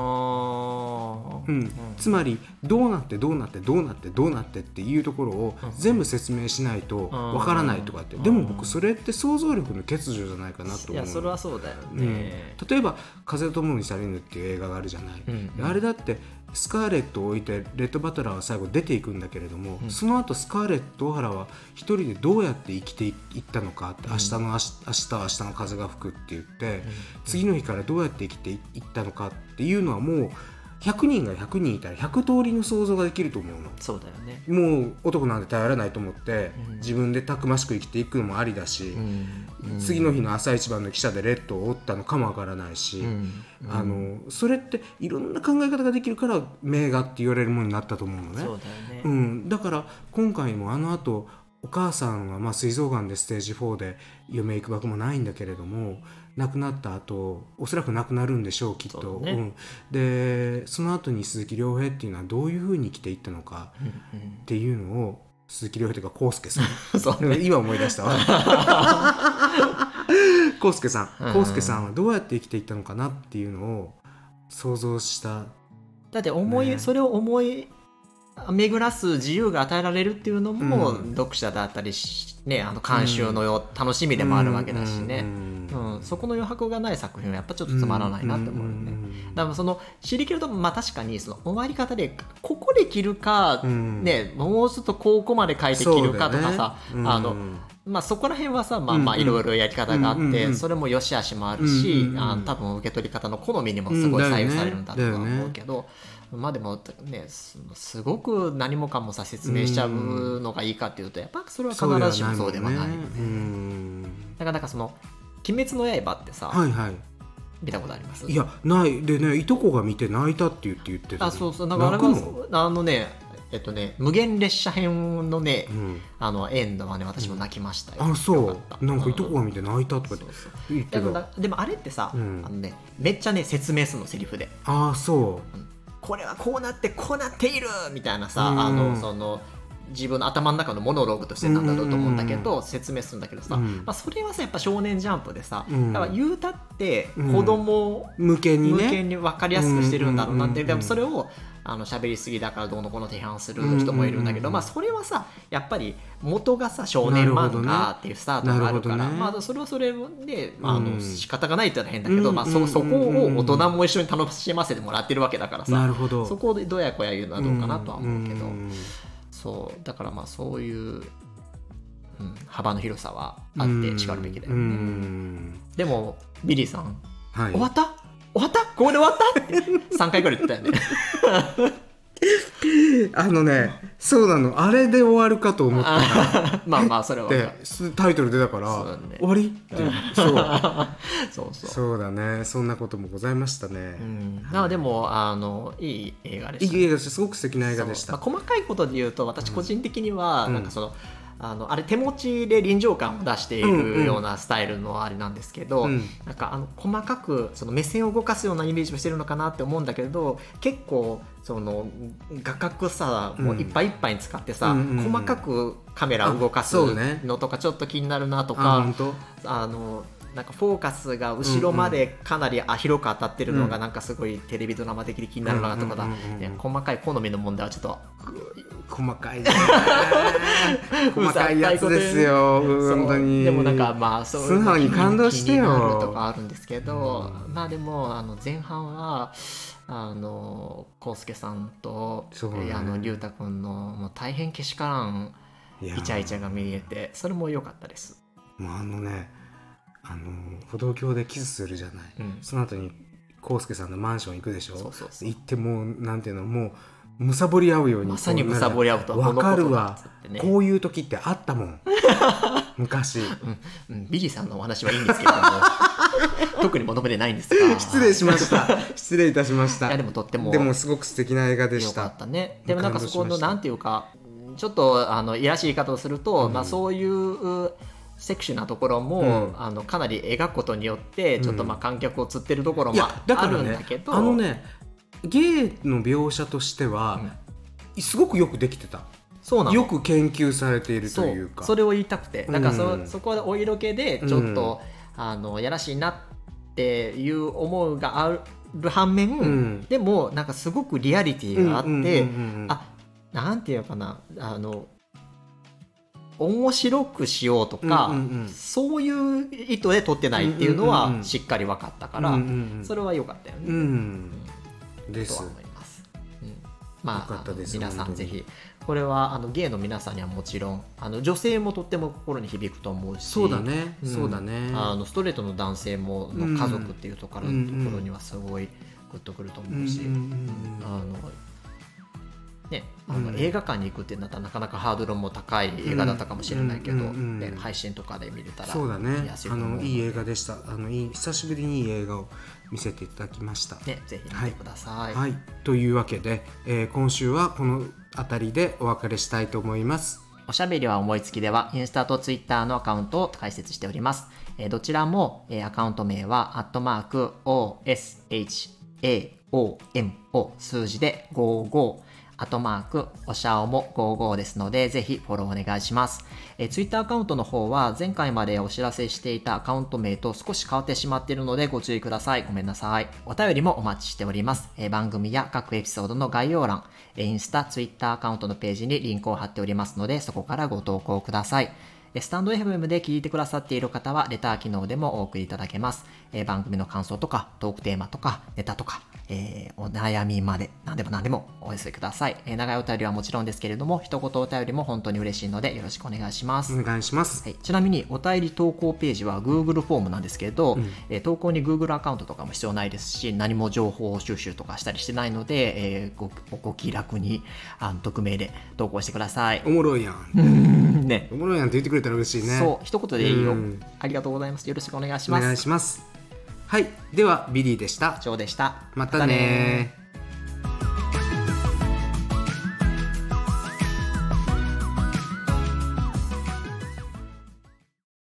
Speaker 1: ー
Speaker 2: うん、つまりどうなってどうなってどうなってどうなってっていうところを
Speaker 1: うん
Speaker 2: 全部説明しないとわからないとかって
Speaker 1: うん
Speaker 2: でも僕それって想像力の欠如じゃないかなと思う
Speaker 1: いやそれはそうだよ
Speaker 2: うん
Speaker 1: ね、
Speaker 2: 例えば「風と共に去りぬ」っていう映画があるじゃない、
Speaker 1: うんうん
Speaker 2: あれだってスカーレットを置いてレッド・バトラーは最後出ていくんだけれども、
Speaker 1: うん
Speaker 2: その後スカーレット・オハラは一人でどうやって生きていったのかって「明日のあし明日は明日の風が吹く」って言って、次の日からどうやって生きていったのかっていうのはもう100人が100人いたら100通りの想像ができると思うの。
Speaker 1: そうだよね、
Speaker 2: もう男なんて頼らないと思って、
Speaker 1: うん
Speaker 2: 自分でたくましく生きていくのもありだし、
Speaker 1: うん
Speaker 2: 次の日の朝一番の記者でレッドを折ったのかもわからないし、
Speaker 1: うん
Speaker 2: あのそれっていろんな考え方ができるから名画って言われるものになったと思うのね。
Speaker 1: そうだよね、
Speaker 2: うん、だから今回もあのあとお母さんはまあ膵臓がんでステージ4で嫁行くばくもないんだけれども亡くなった後おそらく亡くなるんでしょうきっと
Speaker 1: そうだね
Speaker 2: ん、でその後に鈴木亮平っていうのはどういうふうに生きていったのか
Speaker 1: うんうん
Speaker 2: っていうのを鈴木亮平というか康介さ ん
Speaker 1: そう
Speaker 2: うん今思い出し たわコウスケさ
Speaker 1: うん
Speaker 2: んコウスケさんはどうやって生きていったのかなっていうのを想像した
Speaker 1: だって思い、
Speaker 2: ね
Speaker 1: それを思い巡らす自由が与えられるっていうのも、
Speaker 2: うん
Speaker 1: 読者だったりし、ね、あの監修のよ、楽しみでもあるわけだしね、
Speaker 2: うん
Speaker 1: うんそこの余白がない作品はやっぱちょっとつまらないなって思うよね。だからその知り切ると、まあ、確かにその終わり方でここで切るか、
Speaker 2: うん
Speaker 1: ね、もうちょっとここまで書いて切るかとかさ
Speaker 2: そうだよね
Speaker 1: あの
Speaker 2: うん
Speaker 1: まあ、そこら辺はさまあまあ
Speaker 2: うんう
Speaker 1: い
Speaker 2: ん
Speaker 1: ろいろやり方があって、
Speaker 2: うんうんうん
Speaker 1: それも良し悪しもあるし、
Speaker 2: うんうんうん
Speaker 1: あ多分受け取り方の好みにもすごい左右されるんだとは
Speaker 2: うんだよね
Speaker 1: 思うけど、まあでもねすすごく何もかもさ説明しちゃうのがいいかっていうとやっぱそれは必ずしもそうではないよね。
Speaker 2: うん
Speaker 1: なかなかその「鬼滅の刃」ってさ、
Speaker 2: はいは
Speaker 1: 見たことあります
Speaker 2: いいやないでねいとこが見て泣いたって言って言ってた
Speaker 1: あそうそうなんかあれ
Speaker 2: 泣くの
Speaker 1: はあのねえっとね無限列車編のね、
Speaker 2: うん
Speaker 1: あのエンドはね私も泣きましたよ。
Speaker 2: あ
Speaker 1: よ
Speaker 2: そ
Speaker 1: かった
Speaker 2: うなんかいとこが見て泣いたと
Speaker 1: そ
Speaker 2: か
Speaker 1: う
Speaker 2: って
Speaker 1: そう
Speaker 2: 言って
Speaker 1: だか
Speaker 2: た
Speaker 1: らでもあれってさ、
Speaker 2: うん
Speaker 1: あのね、めっちゃね説明するのセリフで
Speaker 2: あそ
Speaker 1: これはこうなってこうなっているみたいなさ、
Speaker 2: うん
Speaker 1: あのその自分の頭の中のモノローグとしてなんだろうと思うんだけど、説明するんだけどさ、
Speaker 2: うん
Speaker 1: まあ、それはさやっぱ「少年ジャンプ」でさ、
Speaker 2: うん
Speaker 1: だから言うたって
Speaker 2: うん
Speaker 1: 子供
Speaker 2: う向けに
Speaker 1: 向
Speaker 2: ね
Speaker 1: けに分かりやすくしてるんだろうなって、
Speaker 2: うん
Speaker 1: でもそれをあの喋りすぎだからどうのこうの批判する人もいるんだけど、
Speaker 2: うん
Speaker 1: まあ、それはさやっぱり元がさ少年
Speaker 2: なるほ
Speaker 1: 漫
Speaker 2: どね
Speaker 1: 画っていうスタートがあるから
Speaker 2: なるほどね
Speaker 1: まあ、それはそれで、まあ、あ
Speaker 2: う
Speaker 1: の
Speaker 2: ん
Speaker 1: 仕方がないって言ったら変だけど、
Speaker 2: うん
Speaker 1: まあ、
Speaker 2: う
Speaker 1: そ
Speaker 2: ん
Speaker 1: そこを大人も一緒に楽しませてもらってるわけだからさ、
Speaker 2: なるほど
Speaker 1: そこをどやこや言うのはどうかなとは思うけど、
Speaker 2: んんん
Speaker 1: そうだからまあそういう、うん、幅の広さはあってしかるべきだよねでもビリーさん
Speaker 2: はい、
Speaker 1: 終わった終わったここで終わったって3回ぐらい言ったよ ね
Speaker 2: あのねそうなのあれで終わるかと思っ
Speaker 1: あーまあまあそれは
Speaker 2: てすタイトル出たから、
Speaker 1: そうだね
Speaker 2: 終わりってそう
Speaker 1: そうそう
Speaker 2: そうだねそんなこともございましたね、
Speaker 1: うん、まあでもあのいい映画で
Speaker 2: い
Speaker 1: した
Speaker 2: い映画でしたすごく素敵な映画でし
Speaker 1: そ
Speaker 2: た、
Speaker 1: うまあ、細かいことで言うと私個人的には、
Speaker 2: うん
Speaker 1: なんかそのあのあれ手持ちで臨場感を出してい
Speaker 2: うんうん
Speaker 1: るようなスタイルのあれなんですけど、
Speaker 2: うん
Speaker 1: なんかあの細かくその目線を動かすようなイメージをしてるのかなって思うんだけど結構その画角さもういっぱいいっぱいに使ってさ、
Speaker 2: うんうんうん
Speaker 1: 細かくカメラを動かす
Speaker 2: あそうね
Speaker 1: のとかちょっと気になるなと
Speaker 2: あ
Speaker 1: か、
Speaker 2: 本当
Speaker 1: あのなんかフォーカスが後ろまでかなりあ広く当たってるのがなんかすごいテレビドラマ的に気になるなとかだ、
Speaker 2: うんうんうんうん
Speaker 1: ね細かい好みの問題はちょっと
Speaker 2: 細かいね 細かいやつですよ
Speaker 1: そう
Speaker 2: 本当に
Speaker 1: でもなんかまあそういう
Speaker 2: 素直に感動してよ
Speaker 1: 気になるとかあるんですけど、まあでもあの前半はあの康介さんと、
Speaker 2: そうね
Speaker 1: あの龍太君のもう大変けしからん
Speaker 2: いや
Speaker 1: イチャイチャが見えてそれも良かったです。
Speaker 2: もうあのねあの歩道橋でキスするじゃない、
Speaker 1: うん
Speaker 2: その後に康介さんのマンション行くでしょ
Speaker 1: そうそうそう
Speaker 2: 行ってもうなんていうのもうむさぼり合うように
Speaker 1: まさにむさぼり合うとは
Speaker 2: わか
Speaker 1: このこ
Speaker 2: るわ
Speaker 1: とだっつってね
Speaker 2: こういう時ってあったもん 昔
Speaker 1: うん、ビリーさんのお話はいいんですけれども 特に求めてないんです が
Speaker 2: 失礼しました 失礼いたしまし
Speaker 1: い
Speaker 2: た
Speaker 1: やでもとっても
Speaker 2: でもすごく素敵な映画で
Speaker 1: よ
Speaker 2: し
Speaker 1: か
Speaker 2: た
Speaker 1: ったねでもなんかそこ
Speaker 2: 感動
Speaker 1: の
Speaker 2: しました
Speaker 1: なんていうかちょっとあのいやらしい言い方をすると、
Speaker 2: うん
Speaker 1: まあ、そういうセクシーなところも、
Speaker 2: うん
Speaker 1: あのかなり描くことによってちょっとまあ観客を釣ってるところ
Speaker 2: い
Speaker 1: も
Speaker 2: や
Speaker 1: あ
Speaker 2: だか
Speaker 1: る
Speaker 2: ら
Speaker 1: んだ
Speaker 2: ね
Speaker 1: けど
Speaker 2: あのねゲイの描写としては、すごくよくできてた
Speaker 1: そうなの
Speaker 2: よく研究されていると
Speaker 1: そ
Speaker 2: いう
Speaker 1: う
Speaker 2: か
Speaker 1: それを言いたくてだからそ,、
Speaker 2: うん
Speaker 1: そこはお色気でちょっと、あのやらしいなっていう思うがある反面、
Speaker 2: うん
Speaker 1: でもなんかすごくリアリティがあって、
Speaker 2: うんうんうんうん
Speaker 1: あなんていうのかなあの面白くしようとか、
Speaker 2: うんうんうん
Speaker 1: そういう意図で撮ってないっていうの
Speaker 2: うんうんうんう
Speaker 1: は
Speaker 2: ん
Speaker 1: しっかり分かったから、
Speaker 2: うんうんうん
Speaker 1: それは良かったよね。
Speaker 2: うんで
Speaker 1: と
Speaker 2: す
Speaker 1: は思います。うんま
Speaker 2: よ
Speaker 1: あ、
Speaker 2: かったです
Speaker 1: あの皆さ
Speaker 2: 本
Speaker 1: ん
Speaker 2: 当
Speaker 1: ぜ
Speaker 2: に
Speaker 1: ひこれはあのゲイの皆さんにはもちろんあの女性もとっても心に響くと思うし
Speaker 2: そうだね、
Speaker 1: ん
Speaker 2: そうだね
Speaker 1: あのストレートの男性もの家族っていうところ,、
Speaker 2: うんうん
Speaker 1: ところにはすごいグッとくると
Speaker 2: うんう
Speaker 1: 思
Speaker 2: ん
Speaker 1: うし、
Speaker 2: うん
Speaker 1: あのね、あの
Speaker 2: うん
Speaker 1: 映画館に行くってなったらなかなかハードルも高い映画だったかもしれないけど、
Speaker 2: うんうんうんうん
Speaker 1: ね配信とかで見れたら
Speaker 2: そうだね
Speaker 1: 見やすい
Speaker 2: あ
Speaker 1: と思う
Speaker 2: の
Speaker 1: ので
Speaker 2: いい映画でしたあのいい久しぶりにいい映画を見せていただきました、
Speaker 1: ね、ぜひ見てください。
Speaker 2: はいというわけで、えー今週はこの辺りでお別れしたいと思います
Speaker 1: おしゃべりは思いつきでは、インスタとツイッターのアカウントを開設しております。えーどちらも、えーアカウント名は、アットマーク、OSHAOMO 数字で55、アットマーク、おしゃおも55ですので、ぜひフォローお願いします。えー、ツイッターアカウントの方は、前回までお知らせしていたアカウント名と少し変わってしまっているので、ご注意ください。ごめんなさい。お便りもお待ちしております。えー番組や各エピソードの概要欄、えーインスタ、ツイッターアカウントのページにリンクを貼っておりますので、そこからご投稿ください。えースタンド FM で聞いてくださっている方は、レター機能でもお送りいただけます。えー番組の感想とか、トークテーマとか、ネタとか、えーお悩みまで、何でも何でもお寄せください。えー長いお便りはもちろんですけれども、一言お便りも本当に嬉しいので、よろしくお願いします。
Speaker 2: お願いします
Speaker 1: はい、ちなみにお便り投稿ページは Google フォームなんですけど、えー投稿に Google アカウントとかも必要ないですし何も情報収集とかしたりしてないので、えーごご気楽にあの匿名で投稿してください
Speaker 2: お。もろいやん
Speaker 1: ね
Speaker 2: おもろいなんて言ってくれたら嬉しいね
Speaker 1: そう一言でいいよ
Speaker 2: うん
Speaker 1: ありがとうございますよろしくお願いし
Speaker 2: お
Speaker 1: ます。
Speaker 2: 願いしますはいではビリーでした
Speaker 1: 以上でした
Speaker 2: またね